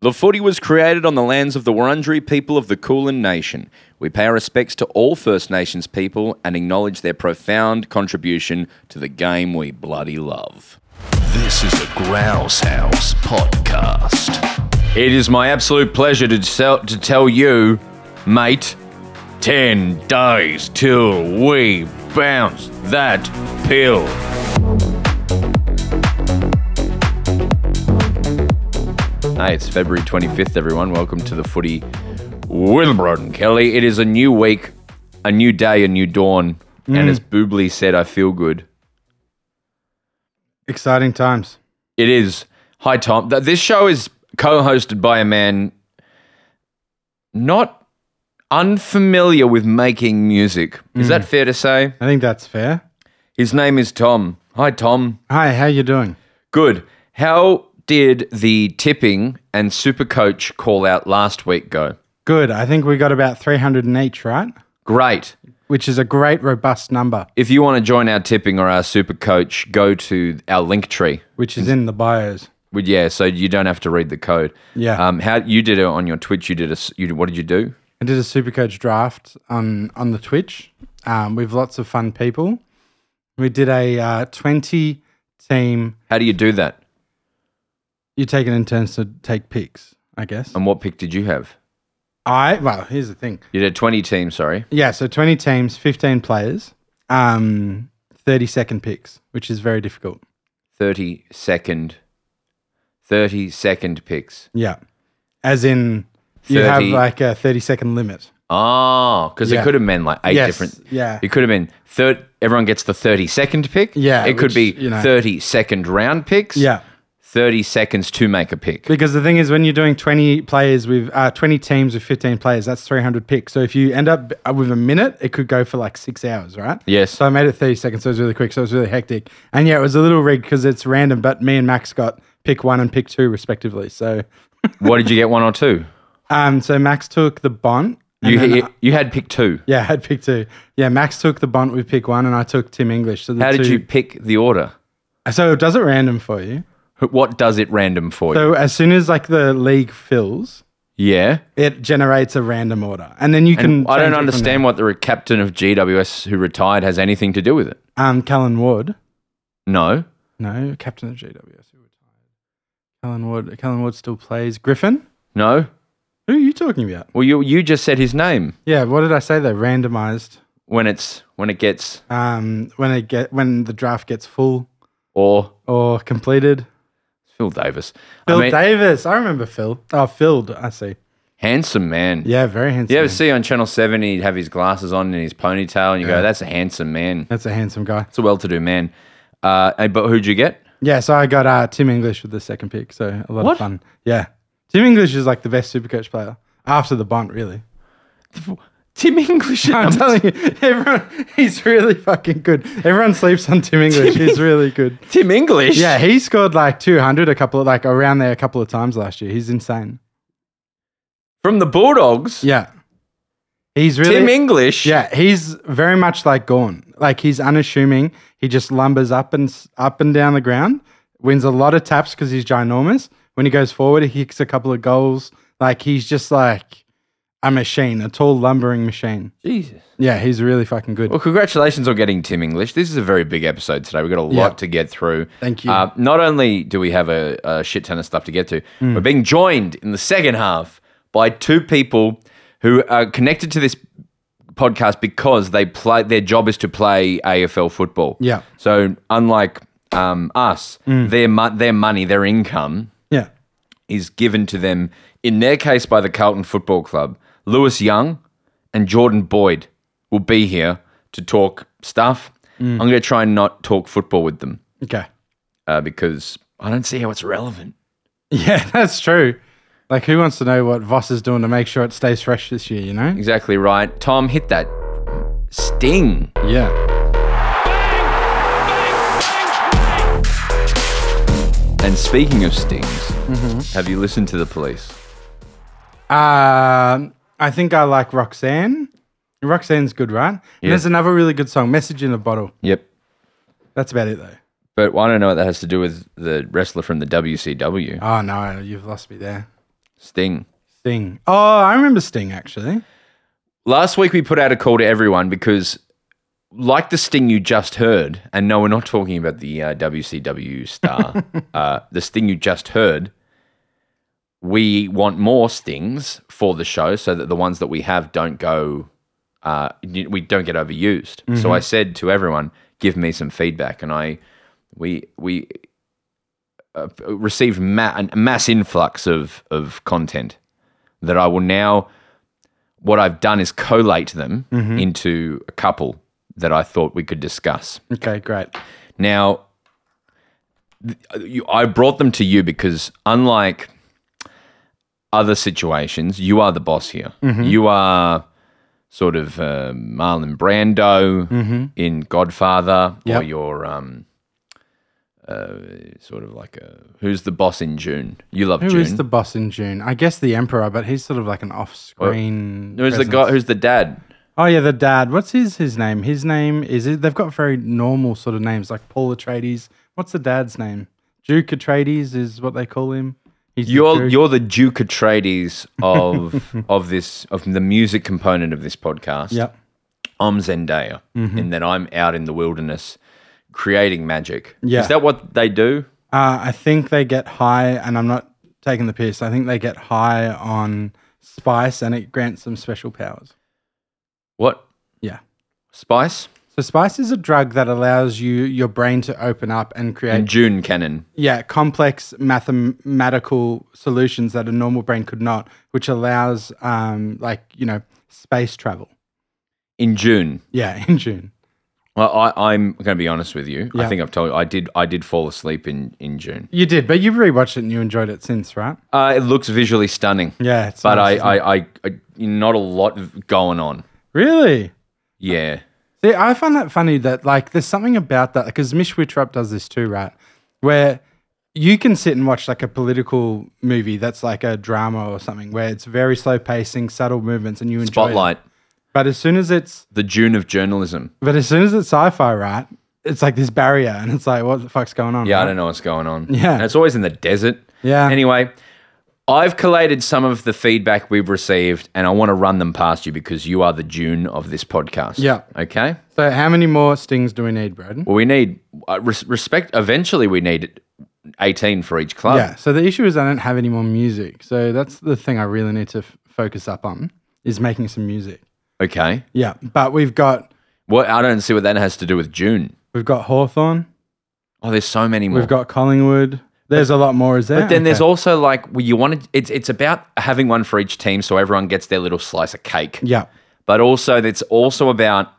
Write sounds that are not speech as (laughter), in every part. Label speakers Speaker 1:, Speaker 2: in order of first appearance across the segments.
Speaker 1: The footy was created on the lands of the Wurundjeri people of the Kulin Nation. We pay our respects to all First Nations people and acknowledge their profound contribution to the game we bloody love.
Speaker 2: This is the Grouse House Podcast.
Speaker 1: It is my absolute pleasure to tell, to tell you, mate, 10 days till we bounce that pill. Hey, it's February 25th, everyone. Welcome to the footy with Broden Kelly. It is a new week, a new day, a new dawn. And as Boobly said, I feel good.
Speaker 3: Exciting times.
Speaker 1: It is high time. Th- This show is co-hosted by a man not unfamiliar with making music. Is that fair to say?
Speaker 3: I think that's fair.
Speaker 1: His name is Tom. Hi, Tom.
Speaker 3: Hi, how you doing?
Speaker 1: Good. How did the tipping and Supercoach call out last week go?
Speaker 3: Good. I think we got about 300 in each, right?
Speaker 1: Great.
Speaker 3: Which is a great, robust number,
Speaker 1: If you want to join our tipping or our Supercoach, go to our link tree.
Speaker 3: which is in the bios.
Speaker 1: Well, Yeah, so you don't have to read the code.
Speaker 3: Yeah.
Speaker 1: Um, how you did it on your Twitch? You did a. s- You, did- what did you do?
Speaker 3: I did a Supercoach draft on, on the Twitch um, with lots of fun people. We did a uh, 20 team.
Speaker 1: How do you do that?
Speaker 3: You take it in turns to take picks, I guess.
Speaker 1: And what pick did you have?
Speaker 3: I, well, here's the thing.
Speaker 1: You did 20 teams, sorry.
Speaker 3: Yeah, so 20 teams, 15 players, um, 30 second picks, which is very difficult.
Speaker 1: 30 second 30 second picks.
Speaker 3: Yeah. As in, you have
Speaker 1: 30
Speaker 3: like a 30 second limit.
Speaker 1: Oh, cuz it
Speaker 3: Yeah.
Speaker 1: could have meant like eight
Speaker 3: Yes,
Speaker 1: different
Speaker 3: yeah.
Speaker 1: It could have been third everyone gets the 30 second pick.
Speaker 3: Yeah,
Speaker 1: It could
Speaker 3: which,
Speaker 1: be
Speaker 3: you know.
Speaker 1: thirty second 30 second round picks.
Speaker 3: Yeah.
Speaker 1: 30 seconds to make a pick.
Speaker 3: Because the thing is, when you're doing 20 players with uh, 20 teams with 15 players, that's 300 picks. So if you end up uh, with a minute, it could go for like six hours, right? (laughs)
Speaker 1: Yes.
Speaker 3: So I made it 30 seconds. So it was really quick. So it was really hectic. And yeah, it was a little rigged because it's random, but me and Max got pick one and pick two respectively. So,
Speaker 1: what did you get one or two?
Speaker 3: um, so Max took the Bont. and
Speaker 1: You
Speaker 3: then-
Speaker 1: you, you had pick 2.
Speaker 3: (laughs) yeah, I had pick two. Yeah, Max took the Bont with pick one, and I took Tim English. So the
Speaker 1: How did
Speaker 3: two-
Speaker 1: you pick the order?
Speaker 3: So it does it random for you.
Speaker 1: Wh- What does it random for you?
Speaker 3: So as soon as like the league fills,
Speaker 1: yeah.
Speaker 3: it generates a random order, and then you
Speaker 1: And
Speaker 3: can.
Speaker 1: I
Speaker 3: change it
Speaker 1: don't
Speaker 3: from
Speaker 1: understand what the re- captain of GWS who retired has anything to do with it.
Speaker 3: there. Um, Callan Ward,
Speaker 1: No.
Speaker 3: no captain of GWS, who retired. Callan Ward, Callan Ward still plays. Griffin,
Speaker 1: No.
Speaker 3: who are you talking about?
Speaker 1: Well, you you just said his name
Speaker 3: Yeah, what did I say though? Randomized.
Speaker 1: when it's when it gets
Speaker 3: Um, when it get when the draft gets full
Speaker 1: or
Speaker 3: or completed.
Speaker 1: Phil Davis.
Speaker 3: Phil
Speaker 1: I mean,
Speaker 3: Davis, I remember Phil. Oh, Phil, I see.
Speaker 1: handsome man.
Speaker 3: Yeah, very handsome.
Speaker 1: You ever
Speaker 3: man.
Speaker 1: see on Channel Seven? He'd have his glasses on and his ponytail, and you go, "That's a handsome man.
Speaker 3: That's a handsome guy.
Speaker 1: That's a well-to-do man." Uh, and- but who'd you get?
Speaker 3: Yeah, so I got uh, Tim English with the second pick. So a lot
Speaker 1: What?
Speaker 3: of fun. Yeah. Tim English is like the best supercoach player after the Bond, really.
Speaker 1: Tim
Speaker 3: (laughs)
Speaker 1: English.
Speaker 3: I'm telling you, everyone, he's really fucking good. Everyone sleeps on Tim English. he's really good.
Speaker 1: Tim English.
Speaker 3: Yeah, he scored like 200 a couple of, like around there a couple of times last year. He's insane.
Speaker 1: from the Bulldogs.
Speaker 3: Yeah. He's really.
Speaker 1: Tim English.
Speaker 3: yeah, he's very much like Gorn. Like he's unassuming. He just lumbers up and s- up and down the ground. Wins a lot of taps because he's ginormous. When he goes forward, he kicks a couple of goals. Like he's just like a machine, a tall lumbering machine.
Speaker 1: Jesus.
Speaker 3: Yeah, he's really fucking good.
Speaker 1: Well, congratulations on getting Tim English. This is a very big episode today. We've got a lot
Speaker 3: Yeah.
Speaker 1: to get through.
Speaker 3: Thank you.
Speaker 1: Uh, not only do we have a, a shit ton of stuff to get to,
Speaker 3: Hmm.
Speaker 1: we're being joined in the second half by two people who are connected to this podcast because they play. Their job is to play AFL football.
Speaker 3: Yeah. Hmm.
Speaker 1: So unlike um, us, their mo- their money, their income
Speaker 3: Yeah,
Speaker 1: is given to them. In their case, by the Carlton Football Club. Lewis Young and Jordan Boyd will be here to talk stuff. I'm going to try and not talk football with them
Speaker 3: okay. (laughs)
Speaker 1: uh, because I don't see how it's relevant.
Speaker 3: Yeah, that's true. Like, who wants to know what Voss is doing to make sure it stays fresh this year? You know?
Speaker 1: Exactly right. Tom, hit that sting.
Speaker 3: Yeah.
Speaker 1: And speaking of stings, have you listened to the police?
Speaker 3: Um, I think I like Roxanne. Roxanne's good, right? And There's another really good song, "Message in a Bottle."
Speaker 1: Yep.
Speaker 3: That's about it, though.
Speaker 1: But I don't know what that has to do with the wrestler from the WCW.
Speaker 3: Oh no, you've lost me there.
Speaker 1: Sting.
Speaker 3: Sting. Oh, I remember Sting actually.
Speaker 1: Last week we put out a call to everyone because, like the sting you just heard, and no, we're not talking about the uh, WCW star. uh, the sting you just heard. We want more stings for the show so that the ones that we have don't go, uh, y- we don't get overused. So I said to everyone, give me some feedback, and I, we we uh, received ma- a mass influx of of content that I will now what I've done is collate them
Speaker 3: Mm-hmm.
Speaker 1: into a couple that I thought we could discuss.
Speaker 3: Okay, great.
Speaker 1: Now, th- you, I brought them to you because, unlike other situations, you are the boss here.
Speaker 3: Mm-hmm.
Speaker 1: You are sort of uh, Marlon Brando in Godfather, or
Speaker 3: Mm-hmm. Yep.
Speaker 1: you're um, uh, sort of like a who's the boss in June? You love
Speaker 3: Who is
Speaker 1: June.
Speaker 3: the boss in June? I guess the Emperor, but he's sort of like an off-screen.
Speaker 1: who's the
Speaker 3: presence.
Speaker 1: guy? Who's the dad?
Speaker 3: Oh yeah, the dad. What's his his name? His name is it, they've got very normal sort of names like Paul Atreides. What's the dad's name? Duke Atreides is what they call him. He's the
Speaker 1: You're
Speaker 3: Duke.
Speaker 1: you're the Duke Atreides of
Speaker 3: (laughs)
Speaker 1: of this of the music component of this podcast.
Speaker 3: Yep.
Speaker 1: I'm Zendaya,
Speaker 3: Mm-hmm.
Speaker 1: and then I'm out in the wilderness creating magic.
Speaker 3: Yeah.
Speaker 1: Is that what they do?
Speaker 3: Uh, I think they get high, and I'm not taking the piss. I think they get high on spice, and it grants them special powers.
Speaker 1: What
Speaker 3: Yeah.
Speaker 1: spice
Speaker 3: So spice is a drug that allows you your brain to open up and create
Speaker 1: and June cannon?
Speaker 3: yeah complex mathematical solutions that a normal brain could not, which allows um like you know space travel.
Speaker 1: In June,
Speaker 3: Yeah, (laughs) in June.
Speaker 1: well, I, I'm going to be honest with you. I
Speaker 3: Yeah.
Speaker 1: think I've told you I did I did fall asleep in in June.
Speaker 3: You did, but you've rewatched it and you enjoyed it since, right?
Speaker 1: Uh, it looks visually stunning,
Speaker 3: Yeah, it's
Speaker 1: but
Speaker 3: nice,
Speaker 1: I,
Speaker 3: isn't it?
Speaker 1: I, I I not a lot going on.
Speaker 3: really.
Speaker 1: Yeah.
Speaker 3: See, I find that funny that like there's something about that because Mish Wittrup does this too, right? Where you can sit and watch like a political movie that's like a drama or something where it's very slow pacing, subtle movements, and you enjoy
Speaker 1: Spotlight,
Speaker 3: it. But as soon as it's
Speaker 1: the June of journalism.
Speaker 3: but as soon as it's sci-fi, right? It's like this barrier, and it's like, what the fuck's going on?
Speaker 1: Yeah, I
Speaker 3: right?
Speaker 1: don't know what's going on.
Speaker 3: Yeah.
Speaker 1: And it's always in the desert.
Speaker 3: Yeah.
Speaker 1: Anyway, I've collated some of the feedback we've received and I want to run them past you because you are the June of this podcast.
Speaker 3: Yeah.
Speaker 1: Okay.
Speaker 3: So, how many more stings do we need, Braden?
Speaker 1: Well, we need uh, res- respect. Eventually, we need 18 for each club.
Speaker 3: Yeah. So the issue is I don't have any more music. So that's the thing I really need to f- focus up on is making some music.
Speaker 1: Okay.
Speaker 3: Yeah. But we've got
Speaker 1: Well, I don't see what that has to do with June.
Speaker 3: we've got Hawthorne.
Speaker 1: Oh, there's so many more.
Speaker 3: We've got Collingwood. There's a lot more, is there?
Speaker 1: But then there's
Speaker 3: Okay.
Speaker 1: also like well, you want to. It's it's about having one for each team, so everyone gets their little slice of cake.
Speaker 3: yeah,
Speaker 1: but also it's also about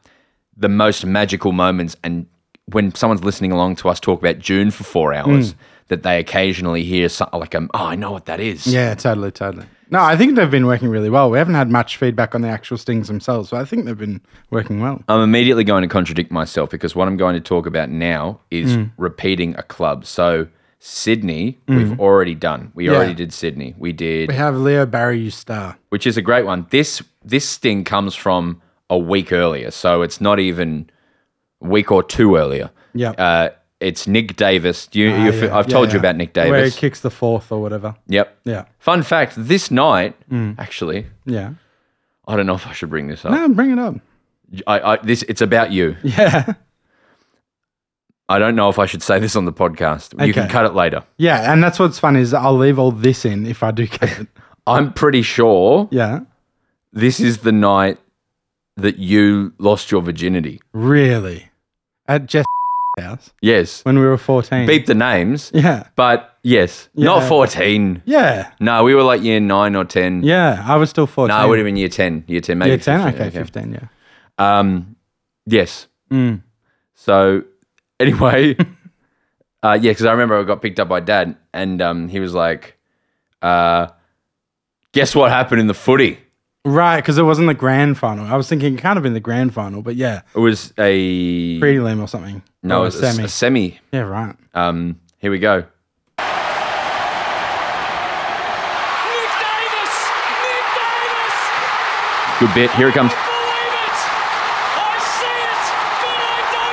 Speaker 1: the most magical moments and when someone's listening along to us talk about June for four hours, that they occasionally hear something like, um, "Oh, I know what that is."
Speaker 3: yeah, totally, totally. No, I think they've been working really well. We haven't had much feedback on the actual stings themselves, but I think they've been working well.
Speaker 1: I'm immediately going to contradict myself because what I'm going to talk about now is repeating a club. So Sydney, we've already done. We already did Sydney. We did,
Speaker 3: We have Leo Barry, you star.
Speaker 1: which is a great one. This this sting comes from a week earlier, so it's not even a week or two earlier.
Speaker 3: Yeah,
Speaker 1: Uh, it's Nick Davis. Do you,
Speaker 3: Ah,
Speaker 1: you f-
Speaker 3: yeah,
Speaker 1: I've
Speaker 3: yeah,
Speaker 1: told you
Speaker 3: yeah.
Speaker 1: about Nick
Speaker 3: where he
Speaker 1: Davis.
Speaker 3: kicks the fourth or whatever.
Speaker 1: Yep.
Speaker 3: Yeah,
Speaker 1: Fun fact this night, actually,
Speaker 3: yeah.
Speaker 1: I don't know if I should bring this up.
Speaker 3: Hmm. No, bring it
Speaker 1: (laughs)
Speaker 3: up.
Speaker 1: I, I, this, it's about you.
Speaker 3: Yeah,
Speaker 1: I don't know if I should say this on the podcast. You can
Speaker 3: Okay.
Speaker 1: cut it later.
Speaker 3: yeah. And that's what's fun is I'll leave all this in if I do get
Speaker 1: (laughs)
Speaker 3: it.
Speaker 1: I'm pretty sure
Speaker 3: Yeah,
Speaker 1: this is the night that you lost your virginity.
Speaker 3: really. At Jess' house
Speaker 1: Yes.
Speaker 3: when we were fourteen.
Speaker 1: Beep the names.
Speaker 3: Yeah,
Speaker 1: But yes,
Speaker 3: Yeah.
Speaker 1: not 14.
Speaker 3: yeah,
Speaker 1: No, we were like year nine or 10.
Speaker 3: yeah. I was still fourteen.
Speaker 1: No, it would have been year 10. Year 10, maybe.
Speaker 3: yeah, ten.
Speaker 1: 15,
Speaker 3: Okay, fifteen. Yeah.
Speaker 1: Um, yes.
Speaker 3: Mm.
Speaker 1: So (laughs) anyway, uh, yeah, because I remember I got picked up by dad, and um, he was like, uh, "Guess what happened in the footy?
Speaker 3: Right, because it wasn't the grand final. I was thinking it kind of in the grand final, but yeah,
Speaker 1: It was a
Speaker 3: prelim or something.
Speaker 1: Mm. no,
Speaker 3: Or
Speaker 1: it was a semi. A semi.
Speaker 3: yeah, right.
Speaker 1: Um, here we go.
Speaker 4: Nick Davis! Nick Davis!
Speaker 1: Good bit. Here it comes.
Speaker 4: Believe it! I see it, but I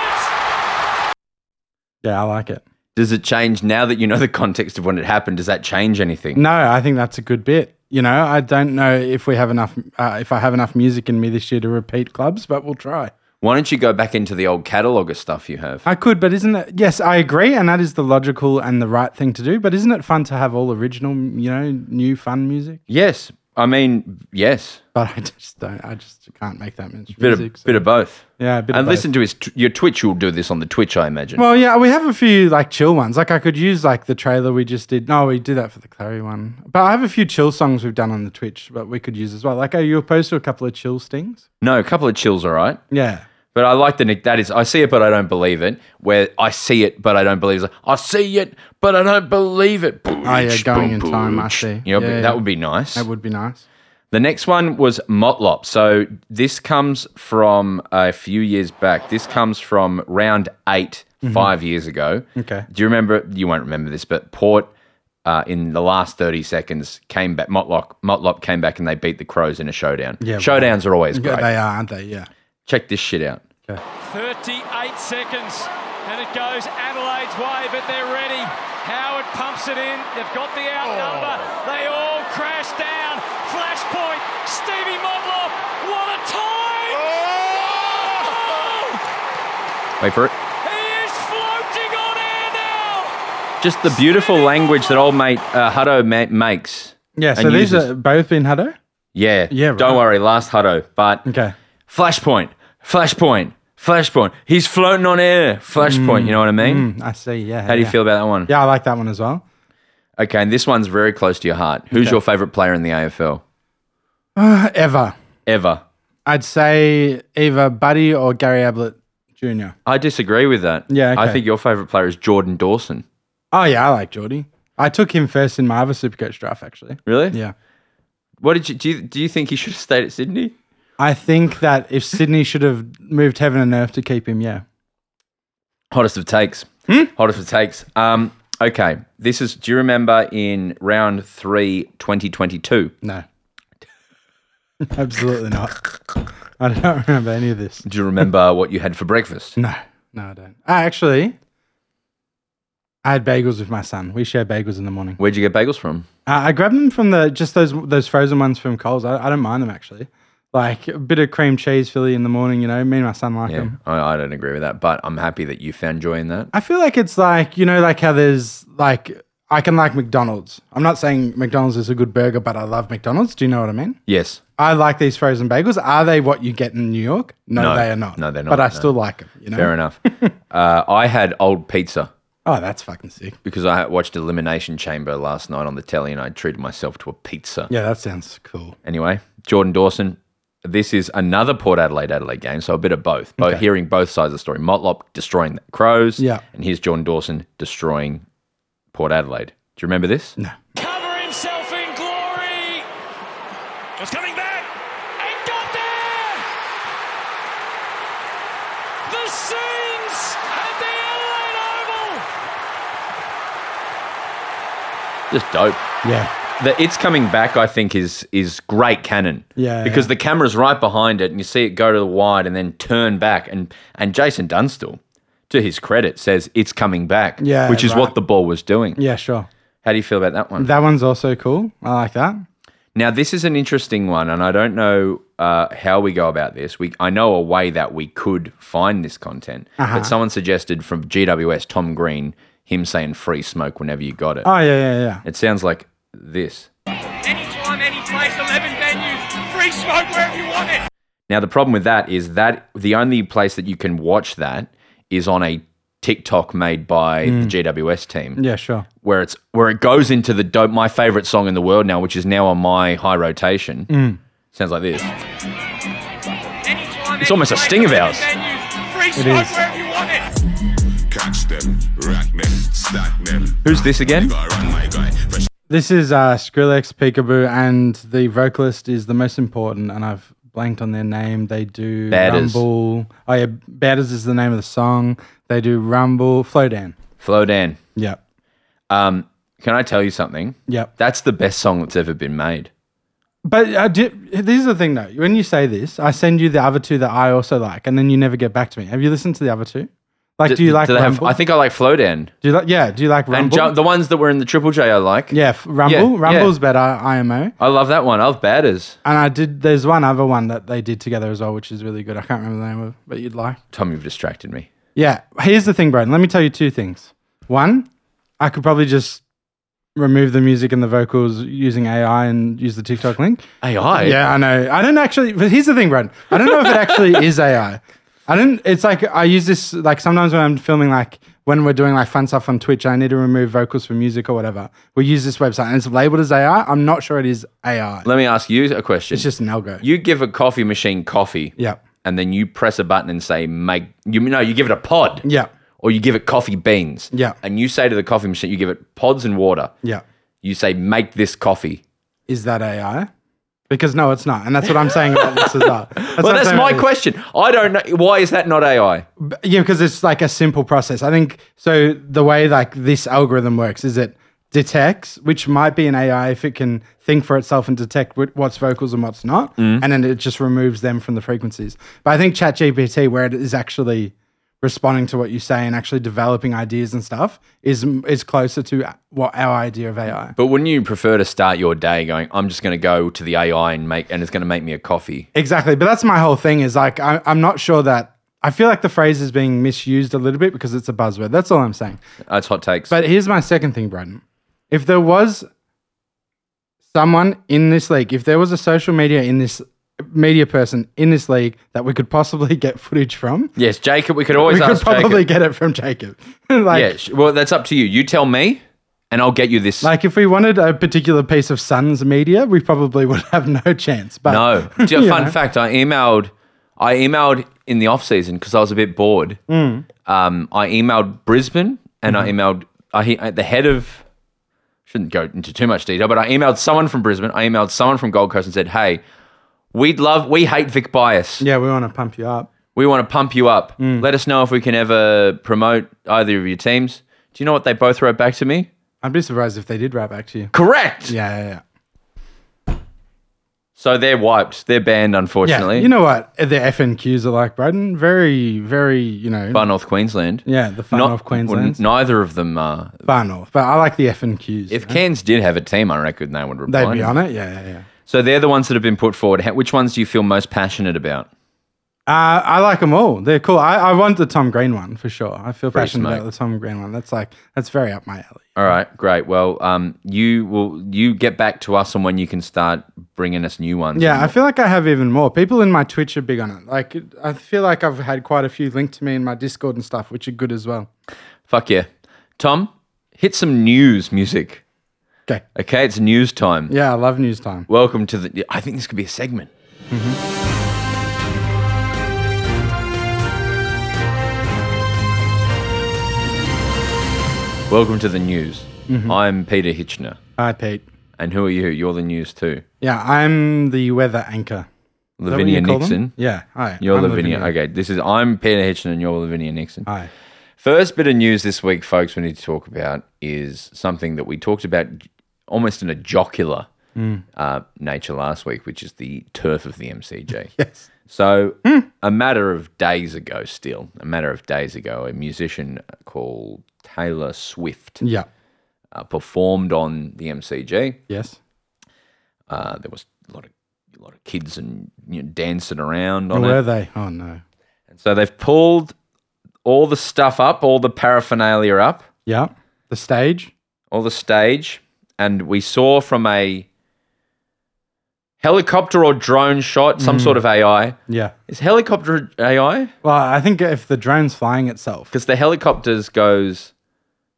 Speaker 4: don't believe it!
Speaker 3: Yeah, I like it.
Speaker 1: Does it change now that you know the context of when it happened? Does that change anything?
Speaker 3: No, I think that's a good bit. You know, I don't know if we have enough, uh, if I have enough music in me this year to repeat clubs, but we'll try.
Speaker 1: Why don't you go back into the old catalogue of stuff you have?
Speaker 3: I could, but isn't it? Yes, I agree, and that is the logical and the right thing to do. But isn't it fun to have all original, you know, new fun music?
Speaker 1: yes. I mean, yes.
Speaker 3: But I just don't. I just can't make that much
Speaker 1: Bit
Speaker 3: music.
Speaker 1: of
Speaker 3: so-
Speaker 1: bit of both.
Speaker 3: yeah, a bit
Speaker 1: and
Speaker 3: of both.
Speaker 1: listen to his t- your Twitch. You'll do this on the Twitch, I imagine.
Speaker 3: Well, yeah, we have a few like chill ones. Like I could use like the trailer we just did. No, we did that for the Clary one. But I have a few chill songs we've done on the Twitch, but we could use as well. Like, are you opposed to a couple of chill stings?
Speaker 1: no, a couple of chills, all right.
Speaker 3: Yeah.
Speaker 1: But I like the nick. That is, I see it, but I don't believe it. Where I see it, but I don't believe it. I see it, but I don't believe it.
Speaker 3: Oh yeah, going in time. I see.
Speaker 1: You know,
Speaker 3: yeah,
Speaker 1: that would be nice.
Speaker 3: that would be nice.
Speaker 1: The next one was Motlop. So this comes from a few years back. This comes from round 8 five years ago.
Speaker 3: Mm-hmm. Okay.
Speaker 1: Do you remember? You won't remember this, but Port uh, in the last 30 seconds came back. Motlop, Motlop came back and they beat the Crows in a showdown.
Speaker 3: Yeah, well-
Speaker 1: Showdowns are always
Speaker 3: Yeah,
Speaker 1: great.
Speaker 3: they are, aren't they? Yeah.
Speaker 1: Check this shit out.
Speaker 4: 38 seconds and it goes Adelaide's way, but they're ready. Howard pumps it in. They've got the outnumber. They all crash down. Flashpoint. Stevie Modloff. What a time!
Speaker 1: Wait for it.
Speaker 4: He is floating on air now.
Speaker 1: Just the beautiful language that old mate uh, Hutto ma- makes.
Speaker 3: Yeah. So
Speaker 1: and
Speaker 3: these
Speaker 1: uses.
Speaker 3: are both in Hutto.
Speaker 1: Yeah.
Speaker 3: Yeah, right.
Speaker 1: Don't worry, last Hutto. But
Speaker 3: Okay.
Speaker 1: Flashpoint, Flashpoint, Flashpoint. He's floating on air. Flashpoint. You know what I mean?
Speaker 3: I see. Mm. Yeah.
Speaker 1: How do you feel about that one?
Speaker 3: Yeah, I like that one as well.
Speaker 1: Okay, and this one's very close to your heart. Who's your favorite player in the AFL
Speaker 3: Uh, Ever,
Speaker 1: ever?
Speaker 3: I'd say either Buddy or Gary Ablett Jr.
Speaker 1: I disagree with that.
Speaker 3: Yeah,
Speaker 1: I
Speaker 3: okay.
Speaker 1: think your favorite player is Jordan Dawson.
Speaker 3: Oh yeah, I like Geordie. I took him first in my other Supercoach draft, actually.
Speaker 1: Really?
Speaker 3: Yeah.
Speaker 1: What did you do? You, do you think he should have stayed at Sydney?
Speaker 3: I think that if Sydney should have moved heaven and earth to keep him, yeah.
Speaker 1: Hottest of takes. Hottest of takes. Um, okay, this is. Do you remember in round three, 2022?
Speaker 3: No. (laughs) Absolutely not. I don't remember any of this.
Speaker 1: Do you remember what you had for breakfast?
Speaker 3: No. No, I don't. I actually I had bagels with my son. We share bagels in the morning.
Speaker 1: Where'd you get bagels from?
Speaker 3: Uh, I grabbed them from the just those those frozen ones from Coles. I, I don't mind them actually. Like a bit of cream cheese Philly in the morning, you know. Me and my son like
Speaker 1: Yeah,
Speaker 3: them.
Speaker 1: I, I don't agree with that, but I'm happy that you found joy in that.
Speaker 3: I feel like it's like you know, like how there's like I can like McDonald's. I'm not saying McDonald's is a good burger, but I love McDonald's. Do you know what I mean?
Speaker 1: Yes.
Speaker 3: I like these frozen bagels. Are they what you get in New York? No,
Speaker 1: No.
Speaker 3: they are not.
Speaker 1: No, they're not,
Speaker 3: But I
Speaker 1: no.
Speaker 3: still like them. You know.
Speaker 1: Fair enough. uh, I had old pizza
Speaker 3: Oh, that's fucking sick.
Speaker 1: because I watched Elimination Chamber last night on the telly and I treated myself to a pizza.
Speaker 3: Yeah, that sounds cool.
Speaker 1: Anyway, Jordan Dawson, this is another Port Adelaide Adelaide game, so a bit of both. Both hearing both sides of the story. Motlop destroying the Crows.
Speaker 3: Yeah.
Speaker 1: And here's Jordan Dawson destroying Port Adelaide. Do you remember this? No.
Speaker 4: Cover himself in glory. It's coming back. And got there. The scenes at the Adelaide Oval.
Speaker 1: Just dope.
Speaker 3: Yeah.
Speaker 1: The it's coming back, I think, is is great canon.
Speaker 3: Yeah,
Speaker 1: Because
Speaker 3: yeah.
Speaker 1: the camera's right behind it and you see it go to the wide and then turn back. And and Jason Dunstall, to his credit, says it's coming back.
Speaker 3: Yeah,
Speaker 1: Which is what
Speaker 3: right.
Speaker 1: the ball was doing.
Speaker 3: Yeah, sure.
Speaker 1: How do you feel about that one?
Speaker 3: That one's also cool. I like that.
Speaker 1: Now, this is an interesting one, and I don't know uh, how we go about this. We, I know a way that we could find this content,
Speaker 3: Uh-huh.
Speaker 1: but someone suggested from GWS Tom Green him saying "free smoke" whenever you got it.
Speaker 3: Oh yeah, yeah, yeah.
Speaker 1: It sounds like this.
Speaker 4: Anytime, any place, 11 venues, free smoke wherever you want it.
Speaker 1: Now, the problem with that is that the only place that you can watch that is on a TikTok made by the GWS team,
Speaker 3: Hmm. Yeah, sure.
Speaker 1: where it's where it goes into the dope, my favorite song in the world now, which is now on my high rotation.
Speaker 3: Hmm.
Speaker 1: Sounds like this.
Speaker 4: Anytime,
Speaker 1: It's almost a sting of ours.
Speaker 4: Free
Speaker 3: smoke is.
Speaker 4: wherever you want it.
Speaker 5: Catch them, rack them, stack them.
Speaker 1: Who's this again?
Speaker 5: Go around my guy, fresh
Speaker 3: This is uh, Skrillex, Peekaboo, and the vocalist is the most important. And I've blanked on their name. They do
Speaker 1: Badders.
Speaker 3: Rumble. Oh yeah, Badders is the name of the song. They do Rumble, Flodan.
Speaker 1: Flo Dan.
Speaker 3: Yep,
Speaker 1: Um, can I tell you something?
Speaker 3: yep.
Speaker 1: That's the best song that's ever been made.
Speaker 3: But I do, this is the thing though. When you say this, I send you the other two that I also like, and then you never get back to me. Have you listened to the other two? Like, do, you like
Speaker 1: they have-
Speaker 3: Rumble?
Speaker 1: I think I like Flodan
Speaker 3: do you like, yeah, do you like Rumble?
Speaker 1: and jump, the ones that were in the Triple J. I like.
Speaker 3: yeah, f- Rumble.
Speaker 1: Yeah, yeah.
Speaker 3: Rumble's better, IMO.
Speaker 1: I love that one. I love Badders.
Speaker 3: And I did, there's one other one that they did together as well, which is really good. I can't remember the name of it, but you'd like.
Speaker 1: Tom, you've distracted me.
Speaker 3: Yeah. Here's the thing, Broden. Let me tell you two things. One, I could probably just remove the music and the vocals using AI and use the TikTok link.
Speaker 1: AI.
Speaker 3: Yeah, I know. I don't actually. But here's the thing, Broden. I don't know if it actually is AI. I don't. It's like I use this like sometimes when I'm filming, like when we're doing like fun stuff on Twitch, I need to remove vocals for music or whatever. We use this website and it's labeled as AI. I'm not sure it is AI.
Speaker 1: Let me ask you a question.
Speaker 3: It's just an algo.
Speaker 1: you give a coffee machine coffee.
Speaker 3: yeah.
Speaker 1: And then you press a button and say make you no you give it a pod.
Speaker 3: Yeah.
Speaker 1: Or you give it coffee beans.
Speaker 3: Yeah.
Speaker 1: And you say to the coffee machine you give it pods and water.
Speaker 3: Yeah.
Speaker 1: You say make this coffee.
Speaker 3: Is that AI? Because no, it's not, and that's what I'm saying about this is
Speaker 1: (laughs)
Speaker 3: art. That's what
Speaker 1: Well,
Speaker 3: I'm
Speaker 1: that's
Speaker 3: saying
Speaker 1: my
Speaker 3: about this.
Speaker 1: question. I don't know why is that not AI?
Speaker 3: Yeah, because it's like a simple process. I think so. The way like this algorithm works is it detects, which might be an AI if it can think for itself and detect wh- what's vocals and what's not,
Speaker 1: Mm.
Speaker 3: and then it just removes them from the frequencies. But I think ChatGPT, where it is actually responding to what you say and actually developing ideas and stuff, is is closer to what our idea of AI.
Speaker 1: But wouldn't you prefer to start your day going I'm just going to go to the AI and make and it's going to make me a coffee?
Speaker 3: Exactly. But that's my whole thing is like, I, I'm not sure that I feel like the phrase is being misused a little bit because it's a buzzword. That's all I'm saying.
Speaker 1: That's hot takes.
Speaker 3: But here's my second thing, Braden. If there was someone in this league, if there was a social media in this media person in this league that we could possibly (laughs) get footage from,
Speaker 1: yes, Jacob, we could always
Speaker 3: we could
Speaker 1: ask
Speaker 3: probably
Speaker 1: Jacob.
Speaker 3: get it from Jacob. (laughs) like,
Speaker 1: Yeah, sh- well that's up to you. You tell me and I'll get you this.
Speaker 3: like if we wanted a particular piece of Suns media, we probably would have no chance. But
Speaker 1: (laughs)
Speaker 3: (laughs)
Speaker 1: No. Do you-
Speaker 3: you
Speaker 1: fun
Speaker 3: know.
Speaker 1: fact: I emailed, I emailed in the off season because I was a bit bored.
Speaker 3: Mm.
Speaker 1: Um, I emailed Brisbane and
Speaker 3: Mm-hmm.
Speaker 1: I emailed I he- at the head of. Shouldn't go into too much detail, but I emailed someone from Brisbane. I emailed someone from Gold Coast and said, "Hey, we'd love, we hate Vic Bias.
Speaker 3: yeah, we want to pump you up.
Speaker 1: We want to pump you up.
Speaker 3: Hmm.
Speaker 1: Let us know if we can ever promote either of your teams." Do you know what they both wrote back to me?
Speaker 3: I'd be surprised if they did write back to you.
Speaker 1: Correct.
Speaker 3: Yeah, yeah, yeah.
Speaker 1: So they're wiped. They're banned,
Speaker 3: Yeah,
Speaker 1: unfortunately.
Speaker 3: you know what the FNQs are like, Braden. Very, very, you know,
Speaker 1: Far North Queensland.
Speaker 3: yeah, the far
Speaker 1: Not-
Speaker 3: north
Speaker 1: well,
Speaker 3: Queensland,
Speaker 1: neither of them are.
Speaker 3: far north. But I like the FNQs.
Speaker 1: If Cairns did have a team, I reckon they would reply.
Speaker 3: They'd be
Speaker 1: to
Speaker 3: on it. Yeah, yeah, yeah.
Speaker 1: So they're the ones that have been put forward. Ha- Which ones do you feel most passionate about?
Speaker 3: Uh, I like them all. They're cool. I, I want the Tom Green one for sure. I feel passionate
Speaker 1: smoke.
Speaker 3: about the Tom Green one. That's like that's very up my alley.
Speaker 1: All right, great. Well, um, you will you get back to us on when you can start bringing us new ones.
Speaker 3: Yeah, I feel like I have even more people in my Twitch are big on it. Like I feel like I've had quite a few linked to me in my Discord and stuff, which are good as well.
Speaker 1: Fuck yeah, Tom, hit some news music.
Speaker 3: Okay.
Speaker 1: Okay, it's news time.
Speaker 3: Yeah, I love news time.
Speaker 1: Welcome to the. I think this could be a segment. Mm-hmm. Welcome to the news.
Speaker 3: Mm-hmm.
Speaker 1: I'm Peter Hitchner.
Speaker 3: Hi, Pete.
Speaker 1: And who are you? You're the news too.
Speaker 3: Yeah, I'm the weather anchor. Is that what
Speaker 1: Lavinia
Speaker 3: you call them?
Speaker 1: Nixon.
Speaker 3: Yeah, hi.
Speaker 1: You're
Speaker 3: I'm
Speaker 1: Lavinia. Okay, this is I'm Peter Hitchin and you're Lavinia Nixon.
Speaker 3: Hi.
Speaker 1: First bit of news this week, folks, we need to talk about is something that we talked about almost in a jocular
Speaker 3: Mm.
Speaker 1: uh, nature last week, which is the turf of the MCG.
Speaker 3: (laughs) Yes. Hmm.
Speaker 1: So, a matter of days ago, still, a matter of days ago, a musician called Taylor Swift
Speaker 3: Yeah.
Speaker 1: uh, performed on the MCG.
Speaker 3: Yes.
Speaker 1: Uh, there was a lot of a lot of kids and you know, dancing around
Speaker 3: Where
Speaker 1: on
Speaker 3: were
Speaker 1: it.
Speaker 3: they? Oh no.
Speaker 1: And so they've pulled all the stuff up, all the paraphernalia up,
Speaker 3: Yeah. The stage.
Speaker 1: all the stage, and we saw from a helicopter or drone shot,
Speaker 3: Mm.
Speaker 1: some sort of AI.
Speaker 3: Yeah.
Speaker 1: Is helicopter AI?
Speaker 3: Well, I think if the drone's flying itself,
Speaker 1: Because the helicopters goes,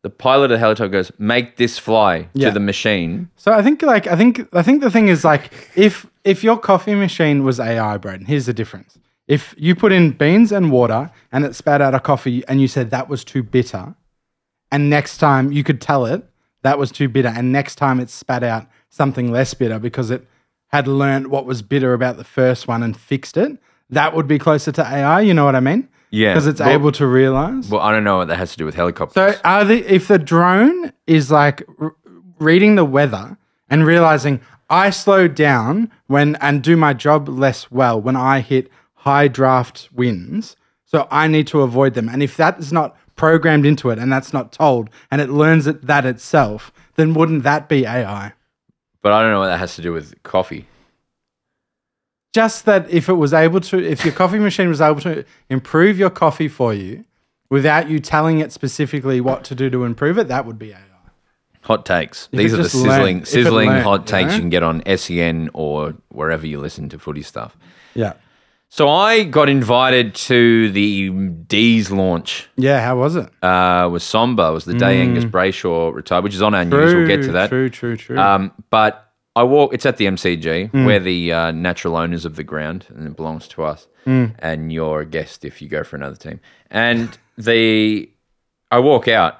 Speaker 1: the pilot of the helicopter goes, make this fly
Speaker 3: Yeah.
Speaker 1: to the machine.
Speaker 3: So I think like I think I think the thing is like if if your coffee machine was AI, Braden, here's the difference. If you put in beans and water and it spat out a coffee and you said that was too bitter, and next time you could tell it that was too bitter, and next time it spat out something less bitter because it had learned what was bitter about the first one and fixed it, that would be closer to AI, you know what I mean?
Speaker 1: Yeah.
Speaker 3: Because it's
Speaker 1: Well-
Speaker 3: able to realize.
Speaker 1: Well, I don't know what that has to do with helicopters.
Speaker 3: So are the if the drone is like r- reading the weather and realizing I slow down when and do my job less well when I hit high draft winds, So I need to avoid them. And if that is not programmed into it and that's not told and it learns it, that itself, then wouldn't that be AI?
Speaker 1: But I don't know what that has to do with coffee.
Speaker 3: Just that if it was able to, if your coffee machine was able to improve your coffee for you without you telling it specifically what to do to improve it, that would be AI.
Speaker 1: Hot takes.
Speaker 3: If
Speaker 1: These
Speaker 3: it
Speaker 1: are the
Speaker 3: just learnt-
Speaker 1: sizzling,
Speaker 3: if it
Speaker 1: sizzling
Speaker 3: learnt,
Speaker 1: hot
Speaker 3: you know?
Speaker 1: takes you can get on SEN or wherever you listen to footy stuff.
Speaker 3: Yeah.
Speaker 1: So I got invited to the D's launch.
Speaker 3: Yeah. How was it?
Speaker 1: Uh, was Somba was the day Angus Brayshaw retired, which is on our news. We'll get to that.
Speaker 3: Hmm. True, true, true.
Speaker 1: Um, but I walk. It's at the MCG.
Speaker 3: Hmm.
Speaker 1: We're the uh, natural owners of the ground, and it belongs to us.
Speaker 3: Hmm.
Speaker 1: And you're a guest if you go for another team. And the I walk out,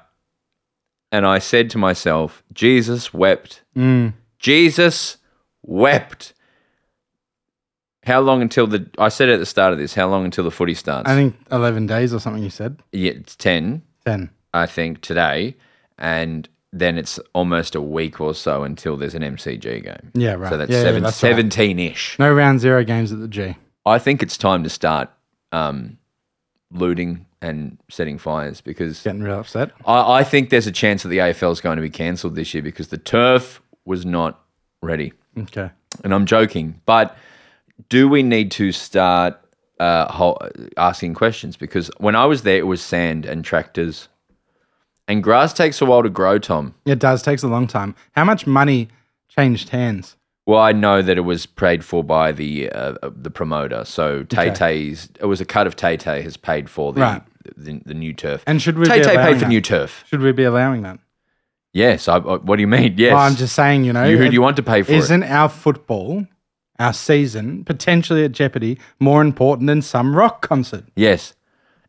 Speaker 1: and I said to myself, Jesus wept.
Speaker 3: Hmm.
Speaker 1: Jesus wept. How long until the? I said at the start of this. How long until the footy starts?
Speaker 3: I think 11 days or something you said.
Speaker 1: yeah, it's ten.
Speaker 3: 10.
Speaker 1: I think, today, and then it's almost a week or so until there's an MCG game.
Speaker 3: Yeah, right.
Speaker 1: So that's
Speaker 3: Yeah, yeah,
Speaker 1: seven,
Speaker 3: that's right.
Speaker 1: 17 ish.
Speaker 3: No round zero games at the G.
Speaker 1: I think it's time to start um, looting and setting fires because
Speaker 3: Getting real upset.
Speaker 1: I, I think there's a chance that the AFL is going to be cancelled this year because the turf was not ready.
Speaker 3: Okay.
Speaker 1: And I'm joking, but do we need to start uh, ho- asking questions? Because when I was there, it was sand and tractors. And grass takes a while to grow, Tom.
Speaker 3: It does. Takes a long time. How much money changed hands?
Speaker 1: Well, I know that it was paid for by the uh, uh, the promoter. So Tay Tay's it was a cut of Tay Tay has paid for the,
Speaker 3: Right.
Speaker 1: the the new turf.
Speaker 3: And should we be
Speaker 1: Tay Tay
Speaker 3: allowing
Speaker 1: paid for
Speaker 3: that?
Speaker 1: new turf?
Speaker 3: Should we be allowing that?
Speaker 1: Yes. I, I- what do you mean? Yes.
Speaker 3: Well, I'm just saying, you know.
Speaker 1: You- who
Speaker 3: it-
Speaker 1: do you want to pay for it?
Speaker 3: Isn't our football, our season, potentially at jeopardy, more important than some rock concert?
Speaker 1: Yes.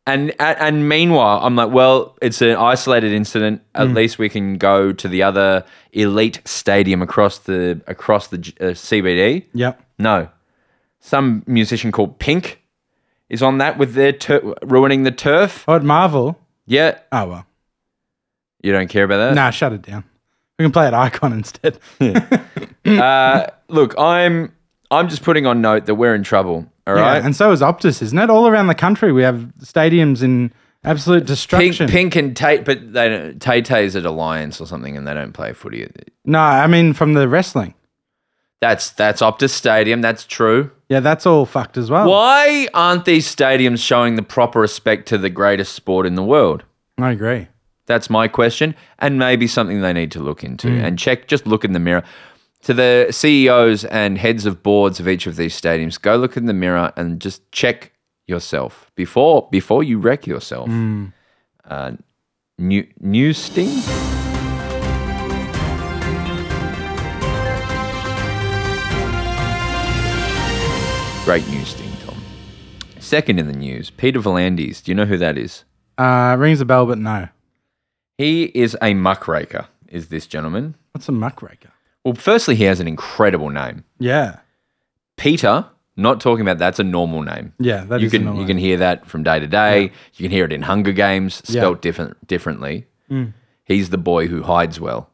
Speaker 1: And a- and meanwhile, I'm like, well, it's an isolated incident. At
Speaker 3: Hmm.
Speaker 1: least we can go to the other elite stadium across the across the G- uh, CBD.
Speaker 3: Yep.
Speaker 1: No. Some musician called Pink is on that with their tur- ruining the turf.
Speaker 3: Oh, at Marvel.
Speaker 1: Yeah.
Speaker 3: Oh, well.
Speaker 1: You don't care about that?
Speaker 3: Nah, shut it down. We can play at Icon (laughs) instead.
Speaker 1: Look, I'm I'm just putting on note that we're in trouble. All
Speaker 3: Yeah,
Speaker 1: right.
Speaker 3: And so is Optus, isn't it? All around the country, we have stadiums in absolute
Speaker 1: Pink,
Speaker 3: destruction.
Speaker 1: Pink and Tate, but they don't, Tay Tay's at Alliance or something, and they don't play footy.
Speaker 3: No, I mean from the wrestling.
Speaker 1: That's that's Optus Stadium. That's true.
Speaker 3: Yeah, that's all fucked as well.
Speaker 1: Why aren't these stadiums showing the proper respect to the greatest sport in the world?
Speaker 3: I agree.
Speaker 1: That's my question, and maybe something they need to look into and check. Just look in the mirror. To the CEOs and heads of boards of each of these stadiums, go look in the mirror and just check yourself before before you wreck yourself. Uh, new new sting. Great news sting, Tom. Second in the news, Peter Volandis. Do you know who that is?
Speaker 3: Uh, rings a bell, but no.
Speaker 1: He is a muckraker, is this gentleman.
Speaker 3: What's a muckraker?
Speaker 1: Well, firstly, he has an incredible name.
Speaker 3: Yeah,
Speaker 1: Peter, not talking about that's a normal name.
Speaker 3: yeah. That is
Speaker 1: you can
Speaker 3: annoying.
Speaker 1: you can hear that from day to day. You can hear it in Hunger Games,
Speaker 3: Yeah. Mm.
Speaker 1: spelt different differently. He's the boy who hides well.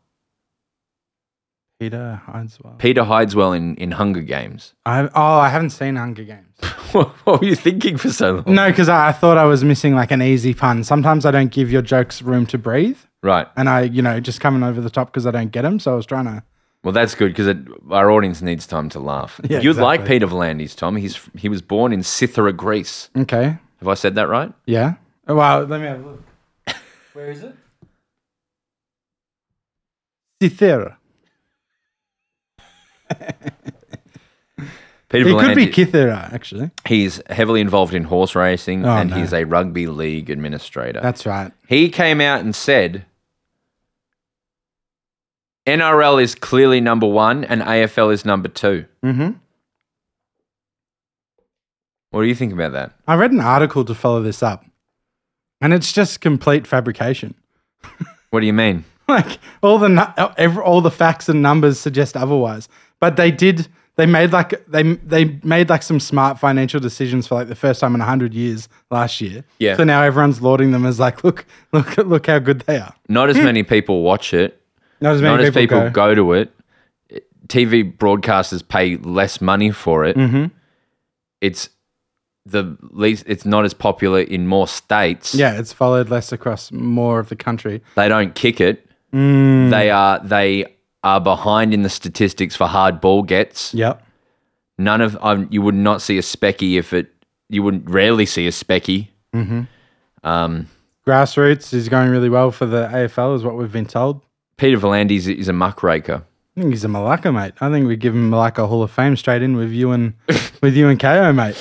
Speaker 3: Peter Hideswell.
Speaker 1: Peter hides well in, in Hunger Games. (laughs)
Speaker 3: I, oh, I haven't seen Hunger Games.
Speaker 1: what were you thinking for so long?
Speaker 3: no, because I, I thought I was missing like an easy pun. Sometimes I don't give your jokes room to breathe,
Speaker 1: Right.
Speaker 3: and I, you know, just coming over the top because I don't get them. So I was trying to.
Speaker 1: Well, that's good because our audience needs time to laugh.
Speaker 3: Yeah,
Speaker 1: you like
Speaker 3: exactly.
Speaker 1: Peter Vlandis, Tom. He's he was born in Cythera, Greece.
Speaker 3: Okay.
Speaker 1: Have I said that right?
Speaker 3: Yeah. Oh, Wow. Let me have a (laughs) look. Where is it? Cythera.
Speaker 1: Peter
Speaker 3: It could be
Speaker 1: Vlandis-
Speaker 3: Kithera, actually.
Speaker 1: He's heavily involved in horse racing
Speaker 3: Oh,
Speaker 1: and
Speaker 3: no.
Speaker 1: he's a rugby league administrator.
Speaker 3: That's right.
Speaker 1: he came out and said NRL is clearly number one and AFL is number two.
Speaker 3: Mm-hmm.
Speaker 1: What do you think about that?
Speaker 3: I read an article to follow this up, and it's just complete fabrication. (laughs)
Speaker 1: What do you mean?
Speaker 3: Like all the nu- ev- all the facts and numbers suggest otherwise. But they did. They made like they they made like some smart financial decisions for like the first time in hundred years last year.
Speaker 1: Yeah.
Speaker 3: So now everyone's lauding them as like, look, (laughs) look, look how good they are.
Speaker 1: Not as many people watch it,
Speaker 3: Not Hmm. as many
Speaker 1: not as
Speaker 3: people,
Speaker 1: people
Speaker 3: go.
Speaker 1: go. to it.
Speaker 3: Mm-hmm.
Speaker 1: TV broadcasters pay less money for it. It's the least it's not as popular in more states.
Speaker 3: Yeah, it's followed less across more of the country.
Speaker 1: They don't kick it. They are they are behind in the statistics for hard ball gets.
Speaker 3: Yep.
Speaker 1: None of um, you would not see a specky if it. You would rarely see a specky.
Speaker 3: Grassroots is going really well for the AFL, is what we've been told.
Speaker 1: Peter Volandis is a muckraker.
Speaker 3: I think he's a Malacca, mate. I think we give him Malacca Hall of Fame straight in with you
Speaker 1: (laughs)
Speaker 3: and with you and KO, mate.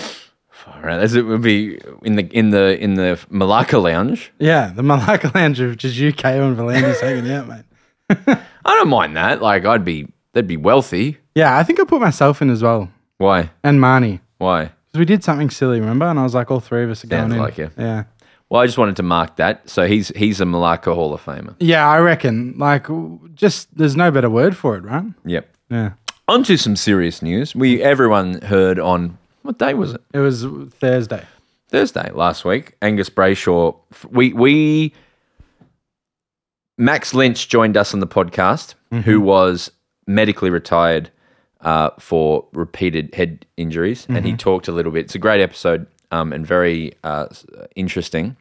Speaker 1: All right, as it would be in the in the in the Malacca Lounge.
Speaker 3: Yeah, the Malacca (laughs) Lounge of just you, KO, and Valandis hanging out, mate.
Speaker 1: I don't mind that. Like I'd be, they'd be wealthy.
Speaker 3: Yeah, I think I put myself in as well
Speaker 1: Why?
Speaker 3: and Marnie
Speaker 1: Why?
Speaker 3: because we did something silly, remember? And I was like, all three of us are
Speaker 1: Sounds
Speaker 3: going in.
Speaker 1: like you.
Speaker 3: Yeah.
Speaker 1: Well, I just wanted to mark that. So he's he's a Malacca Hall of Famer.
Speaker 3: Yeah, I reckon. Like, w- just there's no better word for it, right?
Speaker 1: Yep.
Speaker 3: Yeah.
Speaker 1: Onto some serious news. We everyone heard on what day was it?
Speaker 3: It was Thursday.
Speaker 1: Thursday last week. Angus Brayshaw. f- We we Max Lynch joined us on the podcast, who was medically retired uh, for repeated head injuries, and he talked a little bit. It's a great episode um, and very uh, s- interesting.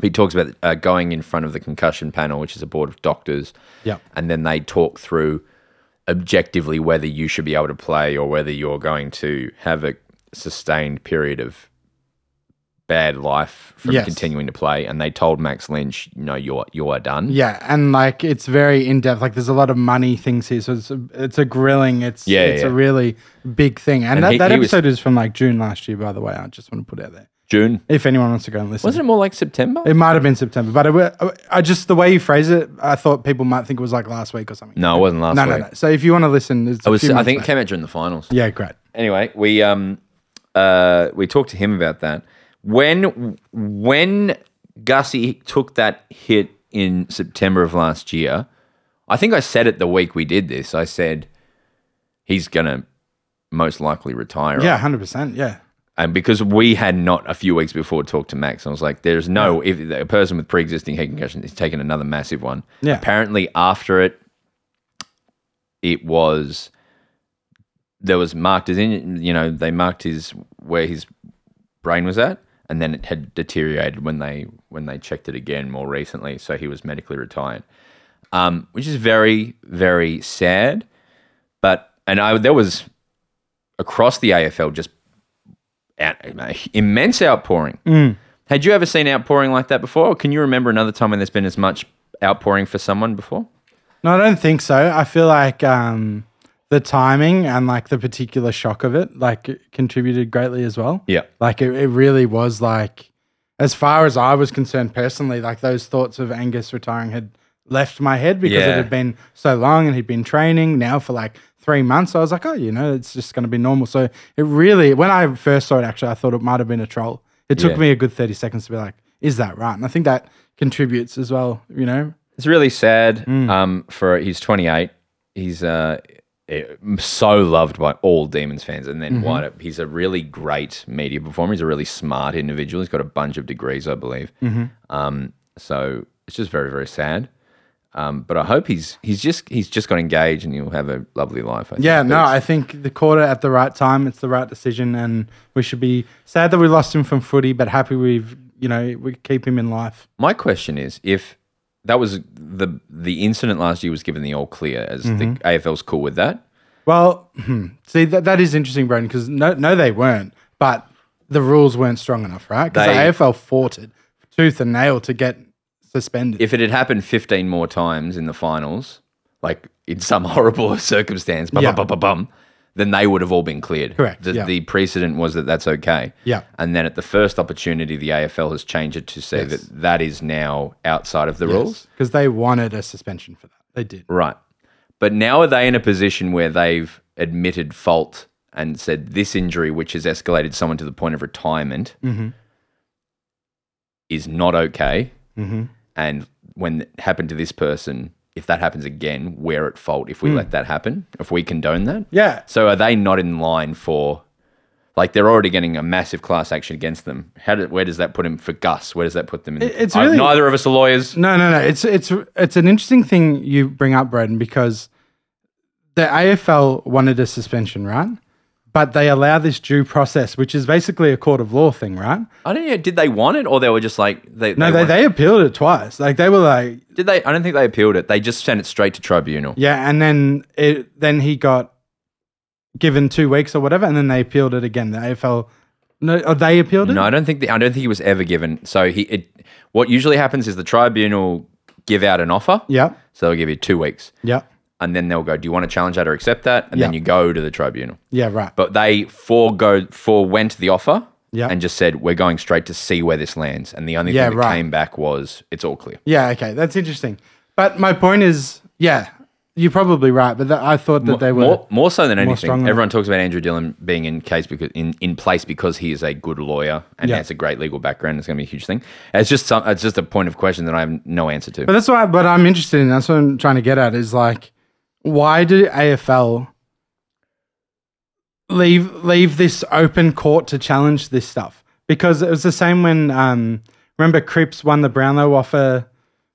Speaker 1: He talks about uh, going in front of the concussion panel, which is a board of doctors.
Speaker 3: Yep.
Speaker 1: and then they talk through objectively whether you should be able to play or whether you're going to have a sustained period of bad life from
Speaker 3: Yes.
Speaker 1: continuing to play. And they told Max Lynch, "No, you're you are done."
Speaker 3: Yeah, and like it's very in depth. Like, there's a lot of money things here, so it's a, it's a grilling. It's
Speaker 1: Yeah,
Speaker 3: it's
Speaker 1: yeah.
Speaker 3: a really big thing. And,
Speaker 1: And
Speaker 3: that,
Speaker 1: he-
Speaker 3: that
Speaker 1: he was-
Speaker 3: episode is from like June last year, by the way. I just want to put it out there
Speaker 1: June
Speaker 3: if anyone wants to go and listen.
Speaker 1: wasn't it more like September?
Speaker 3: It might have been September, but it, wa- uh, I just the way you phrase it, I thought people might think it was like last week or something.
Speaker 1: no, it wasn't last
Speaker 3: no,
Speaker 1: week.
Speaker 3: no, no. So if you want to listen, it's
Speaker 1: It was. I think it
Speaker 3: Later.
Speaker 1: came out during the finals.
Speaker 3: Yeah, great.
Speaker 1: Anyway, we um uh we talked to him about that. When when Gussie took that hit in September of last year, I think I said it the week we did this. I said he's gonna most likely retire.
Speaker 3: Yeah, hundred percent. Yeah,
Speaker 1: And because we had not a few weeks before talked to Max, I was like, there's no if a person with pre-existing head concussion is taking another massive one.
Speaker 3: Yeah.
Speaker 1: Apparently after it, it was there was marked as in you know, they marked his where his brain was at, and then it had deteriorated when they when they checked it again more recently. So he was medically retired. Um, which is very, very sad. But and I there was across the AFL just out, immense outpouring. Had you ever seen outpouring like that before? Or can you remember another time when there's been as much outpouring for someone before?
Speaker 3: No, I don't think so. I feel like um, the timing and like the particular shock of it like it contributed greatly as well.
Speaker 1: Yeah.
Speaker 3: Like it, it really was like as far as I was concerned personally, like those thoughts of Angus retiring had left my head because
Speaker 1: Yeah.
Speaker 3: it had been so long and he'd been training now for like three months. I was like, oh, you know, it's just gonna be normal. So it really when I first saw it actually I thought it might have been a troll. It took
Speaker 1: Yeah.
Speaker 3: me a good thirty seconds to be like, is that right? And I think that contributes as well, you know?
Speaker 1: It's really sad. Um, for he's 28. He's uh, eh, so loved by all Demons fans, and then why don't- he's a really great media performer. He's a really smart individual. He's got a bunch of degrees, I believe. Um, so it's just very, very sad. Um, but I hope he's he's just he's just got engaged, and he'll have a lovely life. I think.
Speaker 3: Yeah,
Speaker 1: But
Speaker 3: no,
Speaker 1: it's-
Speaker 3: I think the quarter at the right time, it's the right decision, and we should be sad that we lost him from footy, but happy we've you know we keep him in life.
Speaker 1: My question is if that was the the incident last year was given the all clear as the
Speaker 3: Mm-hmm.
Speaker 1: AFL's cool with that.
Speaker 3: Well, hmm, see that that is interesting, Brendan, because no, no, they weren't, but the rules weren't strong enough, right? Because the
Speaker 1: They-
Speaker 3: AFL fought it tooth and nail to get suspended.
Speaker 1: If it had happened 15 more times in the finals, like in some (laughs) horrible circumstance, bum,
Speaker 3: Yeah.
Speaker 1: bum, bum, bum, bum, then they would have all been cleared.
Speaker 3: Correct,
Speaker 1: The,
Speaker 3: yeah.
Speaker 1: the precedent was that that's okay.
Speaker 3: Yeah.
Speaker 1: And then at the first opportunity, the AFL has changed it to say
Speaker 3: Yes.
Speaker 1: that that is now outside of the rules.
Speaker 3: because they wanted a suspension for that, they did.
Speaker 1: Right. But now are they in a position where they've admitted fault and said this injury, which has escalated someone to the point of retirement,
Speaker 3: Mm-hmm.
Speaker 1: is not okay?
Speaker 3: Mm-hmm.
Speaker 1: And when it happened to this person, if that happens again, we're at fault if we let that happen, if we condone that.
Speaker 3: Mm. Yeah,
Speaker 1: So are they not in line for, like, they're already getting a massive class action against them? How do, where does that put him for Gus? Where does that put them? In?
Speaker 3: It- it's
Speaker 1: I-
Speaker 3: really-
Speaker 1: neither of us are lawyers.
Speaker 3: No, no, no. It's it's it's an interesting thing you bring up, Braden, because the AFL wanted a suspension, right? but they allow this due process, which is basically a court of law thing, right?
Speaker 1: I don't know. Did they want it, or they were just like they?
Speaker 3: No, they,
Speaker 1: want-
Speaker 3: they appealed it twice. Like they were like,
Speaker 1: did they. I don't think they appealed it. They just sent it straight to tribunal.
Speaker 3: yeah, and then it then he got given two weeks or whatever, and then they appealed it again. The AFL, no, oh, they appealed it.
Speaker 1: No, I don't think. The, I don't think he was ever given. So he. It, what usually happens is the tribunal give out an offer.
Speaker 3: Yeah,
Speaker 1: So they'll give you two weeks,
Speaker 3: yeah,
Speaker 1: and then they'll go. Do you want to challenge that or accept that? And then
Speaker 3: Yeah.
Speaker 1: you go to the tribunal.
Speaker 3: yeah, right.
Speaker 1: But they forego forewent the offer.
Speaker 3: Yeah.
Speaker 1: And just said we're going straight to see where this lands, and the only
Speaker 3: Yeah,
Speaker 1: thing that
Speaker 3: right.
Speaker 1: came back was it's all clear.
Speaker 3: Yeah, okay, that's interesting. But my point is, yeah, you're probably right. But that, I thought that they were.
Speaker 1: more, more so than anything.
Speaker 3: strongly.
Speaker 1: Everyone talks about Andrew Dillon being in case because in, in place because he is a good lawyer and
Speaker 3: Yeah.
Speaker 1: has a great legal background. It's going to be a huge thing. It's just some, it's just a point of question that I have no answer to.
Speaker 3: But that's why. But I'm interested in. That's what I'm trying to get at. Is like, why did AFL leave leave this open court to challenge this stuff? Because it was the same when um, remember Cripps won the Brownlow off a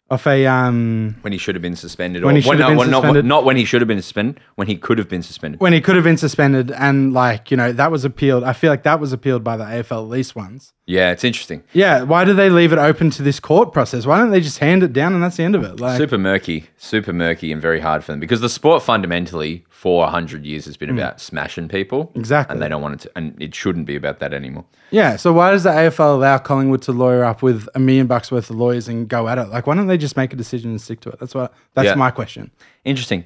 Speaker 3: off a um,
Speaker 1: when he should have been suspended,
Speaker 3: When
Speaker 1: or
Speaker 3: he should
Speaker 1: well,
Speaker 3: have
Speaker 1: no,
Speaker 3: been
Speaker 1: well, not,
Speaker 3: suspended.
Speaker 1: not when he should have been suspended, when he could have been suspended.
Speaker 3: when he could have been suspended and like you know that was appealed. I feel like that was appealed by the AFL at least once.
Speaker 1: yeah, it's interesting.
Speaker 3: Yeah, why do they leave it open to this court process? Why don't they just hand it down and that's the end of it? Like,
Speaker 1: Super murky, super murky, and very hard for them because the sport fundamentally for hundred years has been about smashing people
Speaker 3: Mm. Exactly.
Speaker 1: and they don't want it to, and it shouldn't be about that anymore.
Speaker 3: Yeah, so why does the AFL allow Collingwood to lawyer up with a million bucks worth of lawyers and go at it? Like, why don't they just make a decision and stick to it? That's what. That's
Speaker 1: Yeah.
Speaker 3: my question.
Speaker 1: Interesting.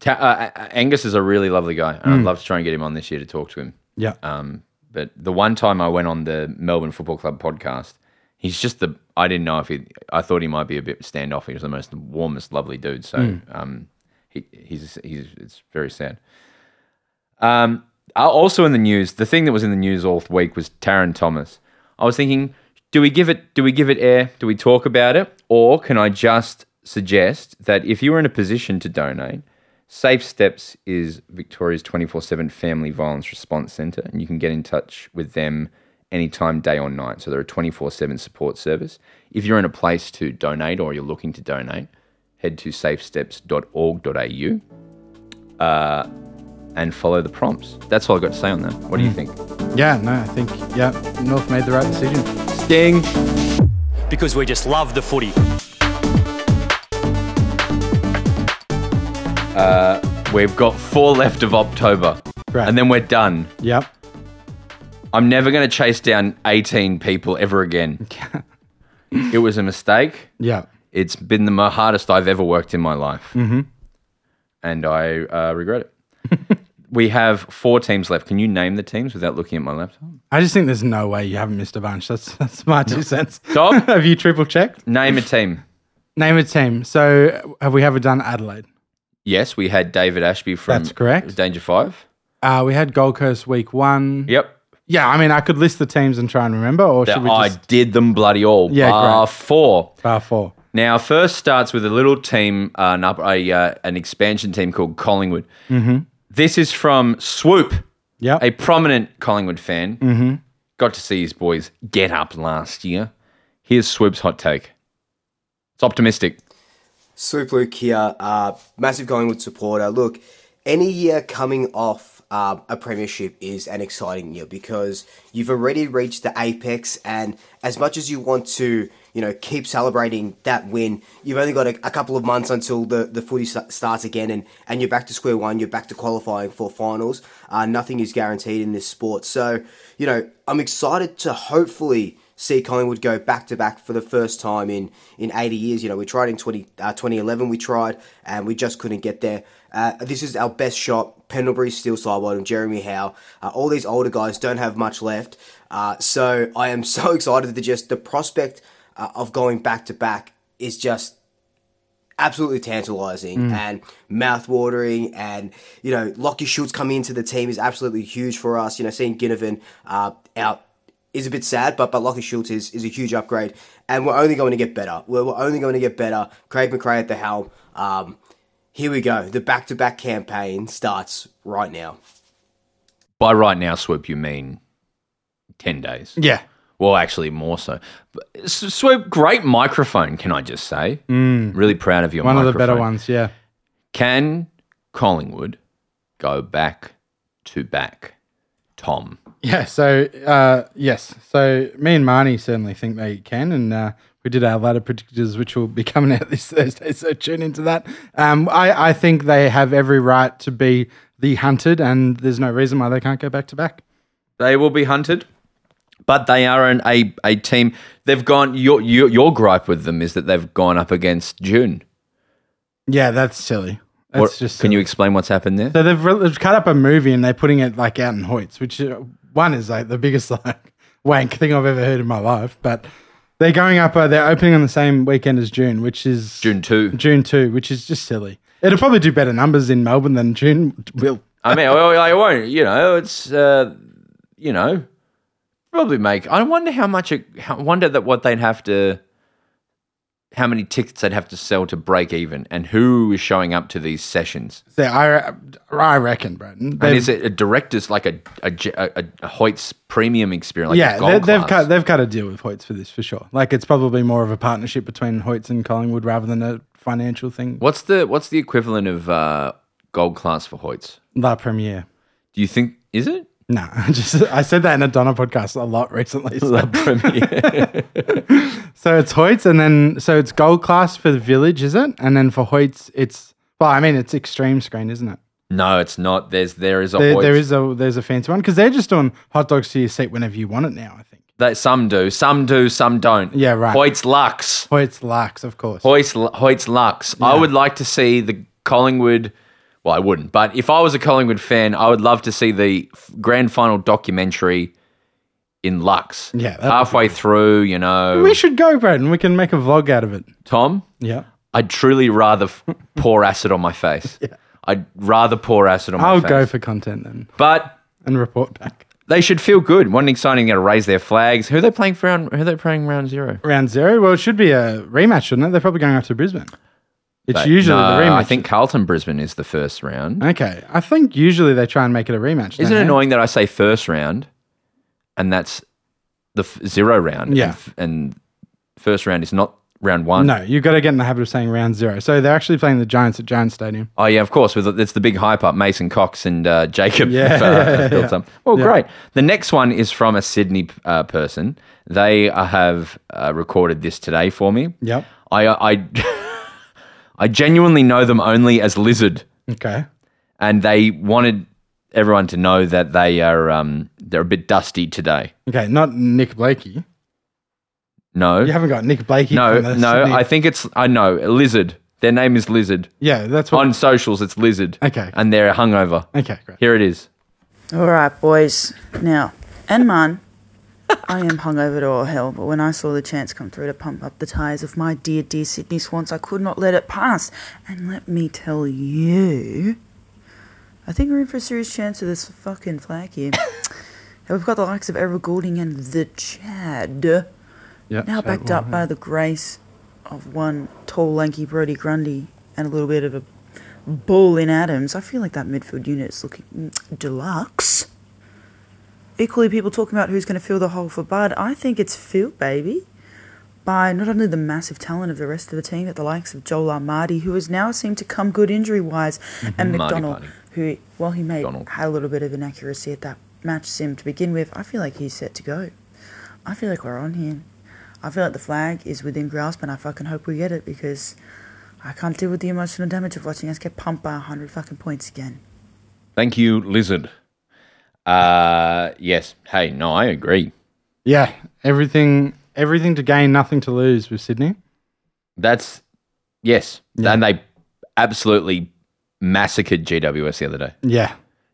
Speaker 1: Ta- uh, A- A- Angus is a really lovely guy, and I'd love to try and get him on this year to talk to him.
Speaker 3: Yeah,
Speaker 1: Um, but the one time I went on the Melbourne Football Club podcast, he's just the I didn't know if he I thought he might be a bit standoff. He was the most warmest, lovely dude. So um, he, he's he's it's very sad. Um, uh, also in the news, the thing that was in the news all week was Taron Thomas. I was thinking, do we give it do we give it air? Do we talk about it, or can I just suggest that if you were in a position to donate? Safe Steps is Victoria's 24 7 Family Violence Response Centre, and you can get in touch with them anytime, day or night. So they're a 24 7 support service. If you're in a place to donate or you're looking to donate, head to safesteps.org.au and follow the prompts. That's all I've got to say on that. What do you think?
Speaker 3: yeah. No, I think yeah, North made the right decision.
Speaker 1: Sting!
Speaker 6: because we just love the footy.
Speaker 1: We've got four left of October,
Speaker 3: Right.
Speaker 1: and then we're done.
Speaker 3: Yep.
Speaker 1: I'm never going to chase down 18 people ever
Speaker 3: (laughs)
Speaker 1: again. it was a mistake.
Speaker 3: Yeah.
Speaker 1: It's been the mo- hardest I've ever worked in my life. Mm-hmm. And I uh, regret it. (laughs) we have four teams left. Can you name the teams without looking at my laptop?
Speaker 3: I just think there's no way you haven't missed a bunch. That's that's my two cents.
Speaker 1: Dom?
Speaker 3: (laughs) have you triple checked?
Speaker 1: Name a team.
Speaker 3: (laughs) Name a team. So have we ever done Adelaide?
Speaker 1: Yes, we had David Ashby from
Speaker 3: That's correct.
Speaker 1: Danger 5.
Speaker 3: Uh, we had Gold Coast week one.
Speaker 1: Yep.
Speaker 3: Yeah, I mean, I could list the teams and try and remember, or should we
Speaker 1: I
Speaker 3: just
Speaker 1: did them bloody all.
Speaker 3: Yeah,
Speaker 1: bar
Speaker 3: great.
Speaker 1: four.
Speaker 3: bar four?
Speaker 1: Now, first starts with a little team, uh, an, up, a, uh, an expansion team called Collingwood. Mm-hmm. This is from Swoop,
Speaker 3: Yep.
Speaker 1: a prominent Collingwood fan. Mm-hmm. Got to see his boys get up last year. Here's Swoop's hot take. It's optimistic.
Speaker 7: Swoop Luke here, uh, massive Collingwood supporter. Look, any year coming off uh, a premiership is an exciting year because you've already reached the apex, and as much as you want to, you know, keep celebrating that win, you've only got a, a couple of months until the the footy sta- starts again, and and you're back to square one. You're back to qualifying for finals. Uh, nothing is guaranteed in this sport, so you know, I'm excited to hopefully see Collingwood go back to back for the first time in, in 80 years. You know, we tried in 20, uh, 2011, we tried, and we just couldn't get there. Uh, this is our best shot. Pendlebury, Steel Sidebottom, Jeremy Howe, uh, all these older guys don't have much left. Uh, so I am (laughs) so excited that just the prospect uh, of going back to back is just absolutely tantalizing and mouth-watering and you know Lockie Schultz coming into the team is absolutely huge for us you know seeing Ginnivan uh, out is a bit sad but but Lockie Schultz is, is a huge upgrade and we're only going to get better we're, we're only going to get better Craig McRae at the helm um, here we go the back-to-back campaign starts right now
Speaker 1: By right now, Swoop, you mean 10 days.
Speaker 3: yeah.
Speaker 1: Well, actually, more so. But, S- Swoop, great microphone, can I just say? Really proud of your
Speaker 3: One
Speaker 1: microphone.
Speaker 3: of the better ones. Yeah.
Speaker 1: Can Collingwood go back to back? Tom.
Speaker 3: Yeah. So uh, yes. So me and Marnie certainly think they can, and uh, we did our ladder predictors, which will be (laughs) coming out this Thursday. So tune into that. Um, I, I think they have every right to be the hunted, and there's no reason why they can't go back to back.
Speaker 1: They will be hunted, but they are an, a a team. They've gone. Your, your your gripe with them is that they've gone up against June.
Speaker 3: Yeah, that's silly. That's
Speaker 1: What,
Speaker 3: just
Speaker 1: can
Speaker 3: silly.
Speaker 1: you explain what's happened there?
Speaker 3: So they've, re- they've cut up a movie and they're putting it like out in Hoyts, which uh, one is like the biggest (laughs) like wank thing I've ever heard in my life. But they're going up. Uh, they're opening on the same weekend as June, which is
Speaker 1: June two.
Speaker 3: June two, which is just silly. It'll probably do better numbers in Melbourne than June will.
Speaker 1: I mean, well, I won't. You know, it's uh, you know, probably make. I wonder how much. It, how, wonder that what they'd have to, how many tickets they'd have to sell to break even, and who is showing up to these sessions.
Speaker 3: So I, I reckon, Brenton.
Speaker 1: And
Speaker 3: they've-
Speaker 1: is it a director's like a a, J- a, a- a Hoyt's premium experience? Like
Speaker 3: yeah,
Speaker 1: a gold
Speaker 3: they, they've
Speaker 1: class?
Speaker 3: cut they've cut a deal with Hoyts for this for sure. Like it's probably more of a partnership between Hoyts and Collingwood rather than a financial thing.
Speaker 1: What's the what's the equivalent of uh, gold class for Hoyts?
Speaker 3: La Premiere.
Speaker 1: Do you think is it?
Speaker 3: No, (laughs) I just I said that in a Donna podcast a lot
Speaker 1: (laughs)
Speaker 3: recently. So. So it's Hoyts, and then so it's gold class for the village, is it? And then for Hoyts, it's well, I mean, it's extreme screen, isn't it?
Speaker 1: No, it's not. There's there is a
Speaker 3: There,
Speaker 1: Hoyts.
Speaker 3: there is a there's a fancy one because they're just doing hot dogs to your seat whenever you want it now. I think
Speaker 1: That some do, some do, some don't.
Speaker 3: Yeah, right.
Speaker 1: Hoyts Lux.
Speaker 3: Hoyts Larks, of course.
Speaker 1: Hoyts Hoyts Lux. I would like to see the Collingwood. Well, I wouldn't, but if I was a Collingwood fan, I would love to see the f- grand final documentary in Lux.
Speaker 3: Yeah, that would be
Speaker 1: halfway through, you know.
Speaker 3: we should go, Braden. We can make a vlog out of it.
Speaker 1: Tom,
Speaker 3: Yeah,
Speaker 1: I'd truly rather f- pour acid on
Speaker 3: (laughs)
Speaker 1: my face. I'd rather pour acid on my
Speaker 3: I'll
Speaker 1: face.
Speaker 3: go for content then
Speaker 1: But
Speaker 3: and report back.
Speaker 1: they should feel good. One exciting going to raise their flags. Who are they playing for round? Who are they playing round zero?
Speaker 3: Round zero. Well, it should be a rematch, shouldn't it? They're probably going up to Brisbane. It's
Speaker 1: But
Speaker 3: usually
Speaker 1: no,
Speaker 3: the rematch.
Speaker 1: I think Carlton Brisbane is the first round.
Speaker 3: Okay, I think usually they try and make it a rematch.
Speaker 1: Isn't
Speaker 3: don't
Speaker 1: it
Speaker 3: they?
Speaker 1: annoying that I say first round, and that's the f- zero round?
Speaker 3: Yeah.
Speaker 1: and, f- and first round is not round one.
Speaker 3: No, you've got to get in the habit of saying round zero. So they're actually playing the Giants at Giants Stadium.
Speaker 1: Oh yeah, of course. With it's the big hype up. Mason Cox and uh, Jacob
Speaker 3: Yeah,
Speaker 1: have, uh,
Speaker 3: yeah,
Speaker 1: have
Speaker 3: (laughs)
Speaker 1: built
Speaker 3: yeah.
Speaker 1: some. Well,
Speaker 3: Yeah.
Speaker 1: great. The next one is from a Sydney uh, person. They uh, have uh, recorded this today for me.
Speaker 3: Yep.
Speaker 1: I uh, I (laughs) I genuinely know them only as Lizard,
Speaker 3: Okay.
Speaker 1: and they wanted everyone to know that they are um, they're a bit dusty today.
Speaker 3: Okay, not Nick Blakey.
Speaker 1: No,
Speaker 3: You haven't got Nick Blakey.
Speaker 1: no,
Speaker 3: from the
Speaker 1: no.
Speaker 3: Sydney-
Speaker 1: I think it's I know Lizard. Their name is Lizard.
Speaker 3: yeah, that's what.
Speaker 1: On socials, it's Lizard.
Speaker 3: Okay.
Speaker 1: and they're hungover.
Speaker 3: okay, great.
Speaker 1: Here it is.
Speaker 8: All right, boys. Now, and man, I am hungover to all hell, but when I saw the chance come through to pump up the tyres of my dear, dear Sydney Swans, I could not let it pass. And let me tell you, I think we're in for a serious chance of this fucking flag here. (coughs) And we've got the likes of Errol Goulding and the Chad
Speaker 3: Yeah.
Speaker 8: now
Speaker 3: so-
Speaker 8: backed up by the grace of one tall, lanky Brody Grundy and a little bit of a ball in Adams, I feel like that midfield unit is looking mm, deluxe. Equally, people talking about who's going to fill the hole for Bud, I think it's Phil, baby. By not only the massive talent of the rest of the team, but the likes of Joel Armadi, who has now seemed to come good injury wise, and
Speaker 1: Marty
Speaker 8: McDonald,
Speaker 1: Party.
Speaker 8: who, while he made
Speaker 1: Donald.
Speaker 8: had a little bit of inaccuracy at that match sim to begin with, I feel like he's set to go. I feel like we're on here. I feel like the flag is within grasp, and I fucking hope we get it because I can't deal with the emotional damage of watching us get pumped by 100 fucking points again.
Speaker 1: Thank you, lizard. Uh, yes. Hey, no, I agree.
Speaker 3: Yeah, everything, everything to gain, nothing to lose with Sydney.
Speaker 1: That's yes, and they absolutely massacred GWS the other day
Speaker 3: Yeah.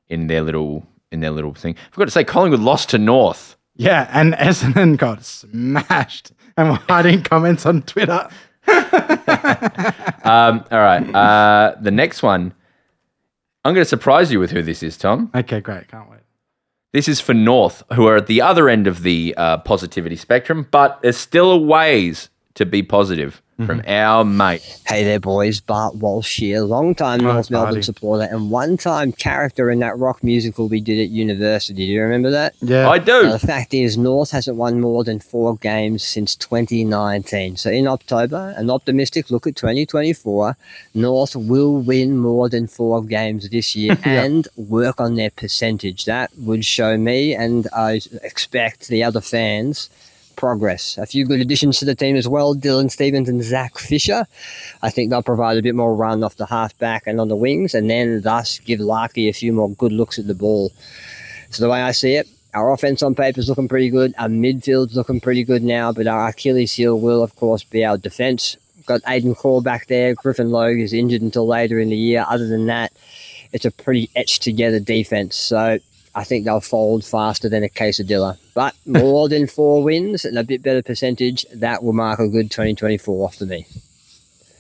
Speaker 1: in their little in their little thing. I forgot to say, Collingwood lost to North.
Speaker 3: Yeah, and (laughs) Essendon got smashed, (laughs) and we're hiding comments on Twitter.
Speaker 1: Um, all right. Uh, the next one, I'm going to surprise you with who this is, Tom.
Speaker 3: Okay, great. Can't wait.
Speaker 1: This is for North, who are at the other end of the uh, positivity spectrum, but there's still a ways to be positive. from our mate.
Speaker 9: Hey there, boys. Bart Walsh here, long-time
Speaker 3: Hi,
Speaker 9: North Melbourne
Speaker 3: Barty.
Speaker 9: supporter and one-time character in that rock musical we did at university. Do you remember that?
Speaker 3: Yeah.
Speaker 1: I
Speaker 9: Now,
Speaker 1: do.
Speaker 9: the fact is, North hasn't won more than four games since 2019. So, in October, an optimistic look at 2024, North will win more than four games this year and work on their percentage. That would show me, and I expect the other fans, progress. A few good additions to the team as well Dylan Stevens and Zach Fisher. I think they'll provide a bit more run off the halfback and on the wings, and then thus give Larky a few more good looks at the ball. So the way I see it, our offense on paper is looking pretty good. Our midfield's looking pretty good now, but our Achilles heel will, of course, be our defense. Got Aiden Call back there. Griffin Logue is injured until later in the year. Other than that, it's a pretty etched together defense. So I think they'll fold faster than a quesadilla.
Speaker 10: (laughs)
Speaker 9: But more than four wins and a bit better percentage, that will mark a good 2024 for me.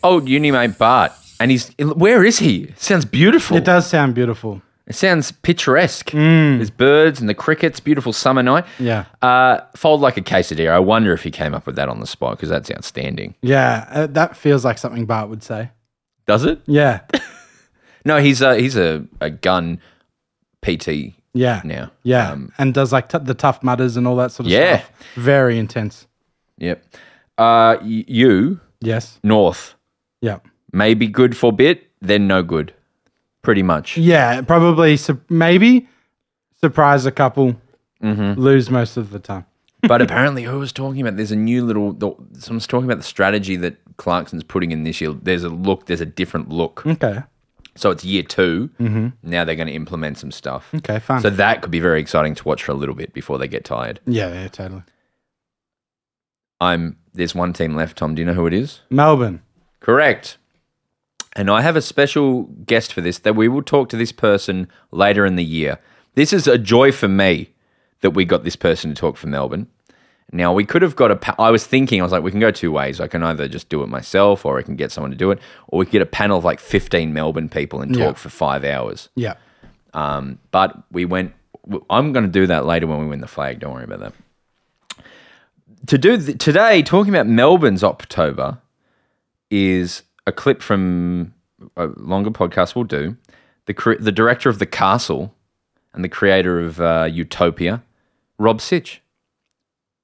Speaker 1: Old uni mate Bart. And he's where is he? Sounds beautiful.
Speaker 3: It does sound beautiful.
Speaker 1: It sounds picturesque. There's birds and the crickets, beautiful summer night.
Speaker 3: Yeah.
Speaker 1: Uh, fold like a quesadilla. I wonder if he came up with that on the spot because that's outstanding.
Speaker 3: Yeah. Uh, that feels like something Bart would say.
Speaker 1: Does it?
Speaker 3: Yeah.
Speaker 1: No, he's a he's a, a gun PT (laughs)
Speaker 3: Yeah.
Speaker 1: now.
Speaker 3: Yeah.
Speaker 1: Um,
Speaker 3: and does like t- the tough mutters and all that sort of
Speaker 1: Yeah.
Speaker 3: stuff. Very intense.
Speaker 1: Yep. Uh, y- you
Speaker 3: Yes.
Speaker 1: North
Speaker 3: Yeah.
Speaker 1: may be good for a bit, then no good. Pretty much.
Speaker 3: Yeah. Probably, su- maybe surprise a couple,
Speaker 1: Mm-hmm.
Speaker 3: lose most of the time.
Speaker 1: but apparently, who was talking about? There's a new little. The, someone's talking about the strategy that Clarkson's putting in this year. There's a look. There's a different look.
Speaker 3: Okay.
Speaker 1: So it's year 2 Mm-hmm. Now they're going to implement some stuff.
Speaker 3: Okay. Fine.
Speaker 1: So that could be very exciting to watch for a little bit before they get tired.
Speaker 3: yeah. Yeah. Totally.
Speaker 1: I'm there's one team left, Tom. Do you know who it is?
Speaker 3: Melbourne.
Speaker 1: Correct. And I have a special guest for this that we will talk to this person later in the year. This is a joy for me that we got this person to talk for Melbourne. Now, we could have got a. Pa- I was thinking, I was like, we can go two ways. I can either just do it myself or I can get someone to do it, or we could get a panel of like 15 Melbourne people and talk for five hours.
Speaker 3: Yeah.
Speaker 1: Um, but we went. w- I'm going to do that later when we win the flag. Don't worry about that. To do th- today, talking about Melbourne's October is a clip from a longer podcast we'll do. The cre- the director of the Castle and the creator of uh, Utopia, Rob Sitch.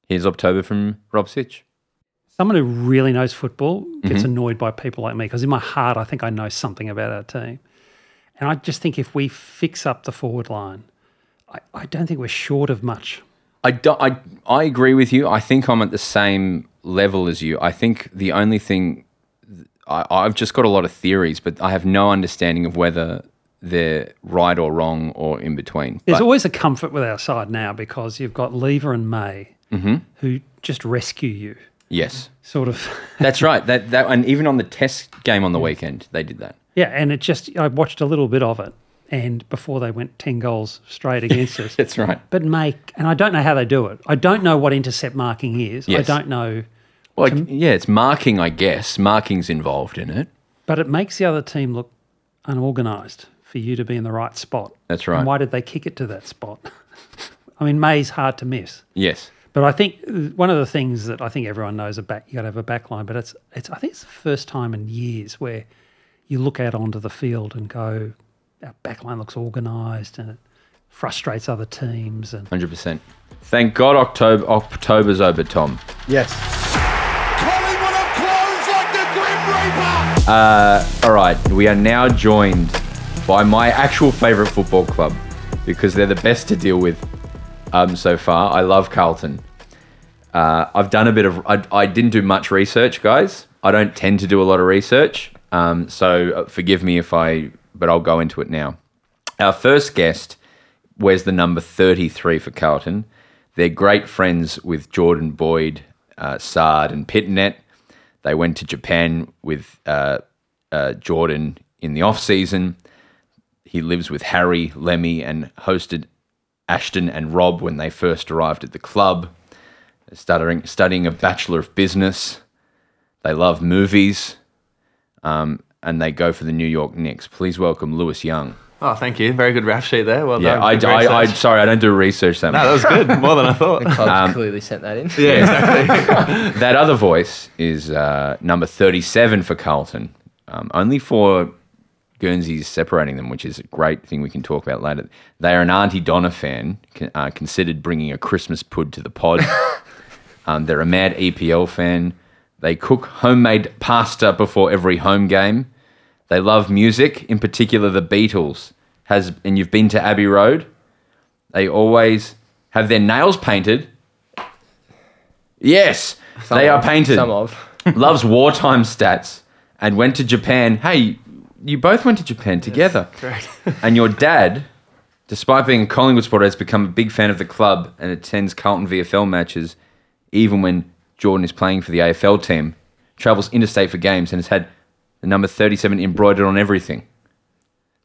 Speaker 1: Here's October from Rob Sitch.
Speaker 10: Someone who really knows football gets annoyed by people like me because in my heart, I think I know something about our team. And I just think if we fix up the forward line, I, I don't think we're short of much.
Speaker 1: I, do, I, I agree with you. I think I'm at the same level as you. I think the only thing I, I've just got a lot of theories, but I have no understanding of whether they're right or wrong or in between.
Speaker 10: There's
Speaker 1: But
Speaker 10: always a comfort with our side now because you've got Lever and May
Speaker 11: Mm-hmm.
Speaker 10: who just rescue you,
Speaker 1: yes,
Speaker 10: sort of.
Speaker 1: that's right. That that and even on the test game on the weekend, they did that.
Speaker 10: yeah, and it just, I watched a little bit of it. And before they went 10 goals straight
Speaker 12: (laughs)
Speaker 10: against us.
Speaker 1: That's right.
Speaker 10: But make, and I don't know how they do it. I don't know what intercept marking is.
Speaker 1: Yes.
Speaker 10: I don't know.
Speaker 1: Like yeah, it's marking, I guess. Marking's involved in it.
Speaker 10: But it makes the other team look unorganised for you to be in the right spot.
Speaker 1: That's
Speaker 10: And
Speaker 1: right.
Speaker 10: why did they kick it to that spot? I mean, May's hard to miss.
Speaker 1: Yes.
Speaker 10: But I think uh, one of the things that I think everyone knows about you got to have a back line, but it's it's I think it's the first time in years where you look out onto the field and go, our back line looks organised and it frustrates other teams and
Speaker 1: Hundred percent. Thank God October October's over, Tom.
Speaker 3: Yes.
Speaker 1: Uh, All right, we are now joined by my actual favourite football club because they're the best to deal with um, so far. I love Carlton. Uh, I've done a bit of. I, I didn't do much research, guys. I don't tend to do a lot of research, um, so uh, forgive me if I. But I'll go into it now. Our first guest wears the number thirty-three for Carlton. They're great friends with Jordan Boyd, uh, Sard, and Pitnet. They went to Japan with uh, uh, Jordan in the off season. He lives with Harry, Lemmy, and hosted Ashton and Rob when they first arrived at the club. They're studying, studying a Bachelor of Business. They love movies, um, and they go for the New York Knicks. Please welcome Lewis Young.
Speaker 12: Oh, thank you. Very good rap sheet there. Well
Speaker 1: yeah,
Speaker 12: done.
Speaker 1: I,
Speaker 12: Good
Speaker 1: I, I,
Speaker 12: research.
Speaker 1: sorry, I don't do research that
Speaker 12: no,
Speaker 1: much.
Speaker 12: that was good. More than I
Speaker 1: (laughs)
Speaker 12: thought.
Speaker 11: The club's
Speaker 1: Um,
Speaker 11: clearly sent that in.
Speaker 1: (laughs)
Speaker 12: Yeah, exactly.
Speaker 1: that other voice is uh, number 37 for Carlton, um, only for Guernseys separating them, which is a great thing we can talk about later. They are an Auntie Donna fan, con- uh, considered bringing a Christmas pud to the
Speaker 12: (laughs)
Speaker 1: pod. um, they're a mad EPL fan. They cook homemade pasta before every home game. They love music, in particular the Beatles. Has and you've been to Abbey Road. They always have their nails painted. Yes,
Speaker 11: Some
Speaker 1: they are
Speaker 11: of-
Speaker 1: painted.
Speaker 11: some of.
Speaker 1: (laughs) Loves wartime stats and went to Japan. Hey, you both went to Japan together.
Speaker 12: correct.
Speaker 1: (laughs) and your dad, despite being a Collingwood supporter, has become a big fan of the club and attends Carlton VFL matches, even when Jordan is playing for the AFL team. Travels interstate for games and has had the number 37 embroidered on everything.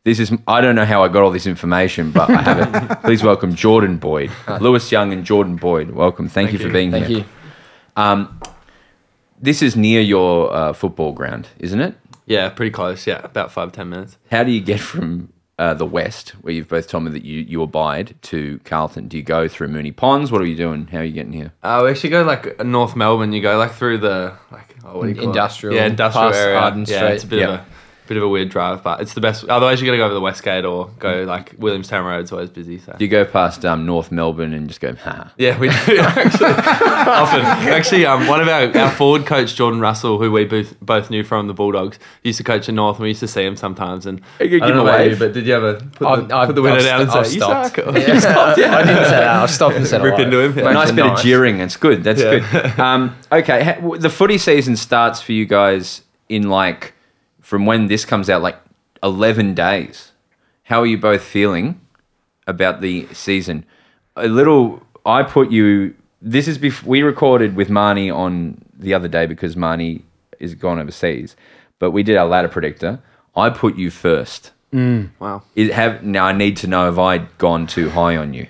Speaker 1: This is, I don't know how I got all this information, but I have it.
Speaker 11: (laughs)
Speaker 1: Please welcome Jordan Boyd. Lewis Young and Jordan Boyd, welcome. Thank, you for being
Speaker 11: Thank
Speaker 1: here.
Speaker 11: you.
Speaker 1: Um, this is near your uh, football ground, isn't it?
Speaker 12: yeah, pretty close. Yeah, about five ten minutes.
Speaker 1: How do you get from uh, the west, where you've both told me that you, you abide, to Carlton? Do you go through Mooney Ponds? What are you doing? How are you getting here?
Speaker 12: Uh, we actually go like North Melbourne. You go like through the like oh, what do you call it?
Speaker 11: Industrial,
Speaker 12: Yeah, industrial
Speaker 11: past
Speaker 12: area.
Speaker 11: Arden
Speaker 12: yeah,
Speaker 11: Street.
Speaker 12: it's a bit of
Speaker 1: Yep.
Speaker 12: a bit of a weird drive, but it's the best. Otherwise, you got to go over the West Gate or go like Williamstown Road. It's always busy. So
Speaker 1: Do you go past um, North Melbourne and just go, ha?
Speaker 12: Yeah, we do actually. Often, actually, um, one of our, our forward coach Jordan Russell, who we both both knew from the Bulldogs, used to coach in North, and we used to see him sometimes. And
Speaker 1: You could
Speaker 12: I
Speaker 1: give
Speaker 12: don't
Speaker 1: him
Speaker 12: know
Speaker 1: a
Speaker 12: about you,
Speaker 1: wave.
Speaker 12: but did you ever put
Speaker 11: I've-
Speaker 12: the,
Speaker 11: I've-
Speaker 12: put the window
Speaker 11: I've
Speaker 12: down
Speaker 11: st-
Speaker 12: and say, "You
Speaker 11: I've
Speaker 12: suck,"
Speaker 11: stopped.
Speaker 12: or-
Speaker 11: Yeah.
Speaker 1: (laughs)
Speaker 11: I didn't say that. I've stopped and said
Speaker 12: Rip
Speaker 11: hello.
Speaker 12: into him. Yeah.
Speaker 1: nice
Speaker 12: Nice
Speaker 1: bit of jeering. It's good. That's good. Um, okay. ha- w- The footy season starts for you guys in like, from when this comes out, like 11 days. How are you both feeling about the season? A little, I put you, this is, bef- we recorded with Marnie on the other day because Marnie is gone overseas, but we did our ladder predictor. I put you first.
Speaker 12: Wow.
Speaker 1: It have now I need to know if I'd gone too high on you.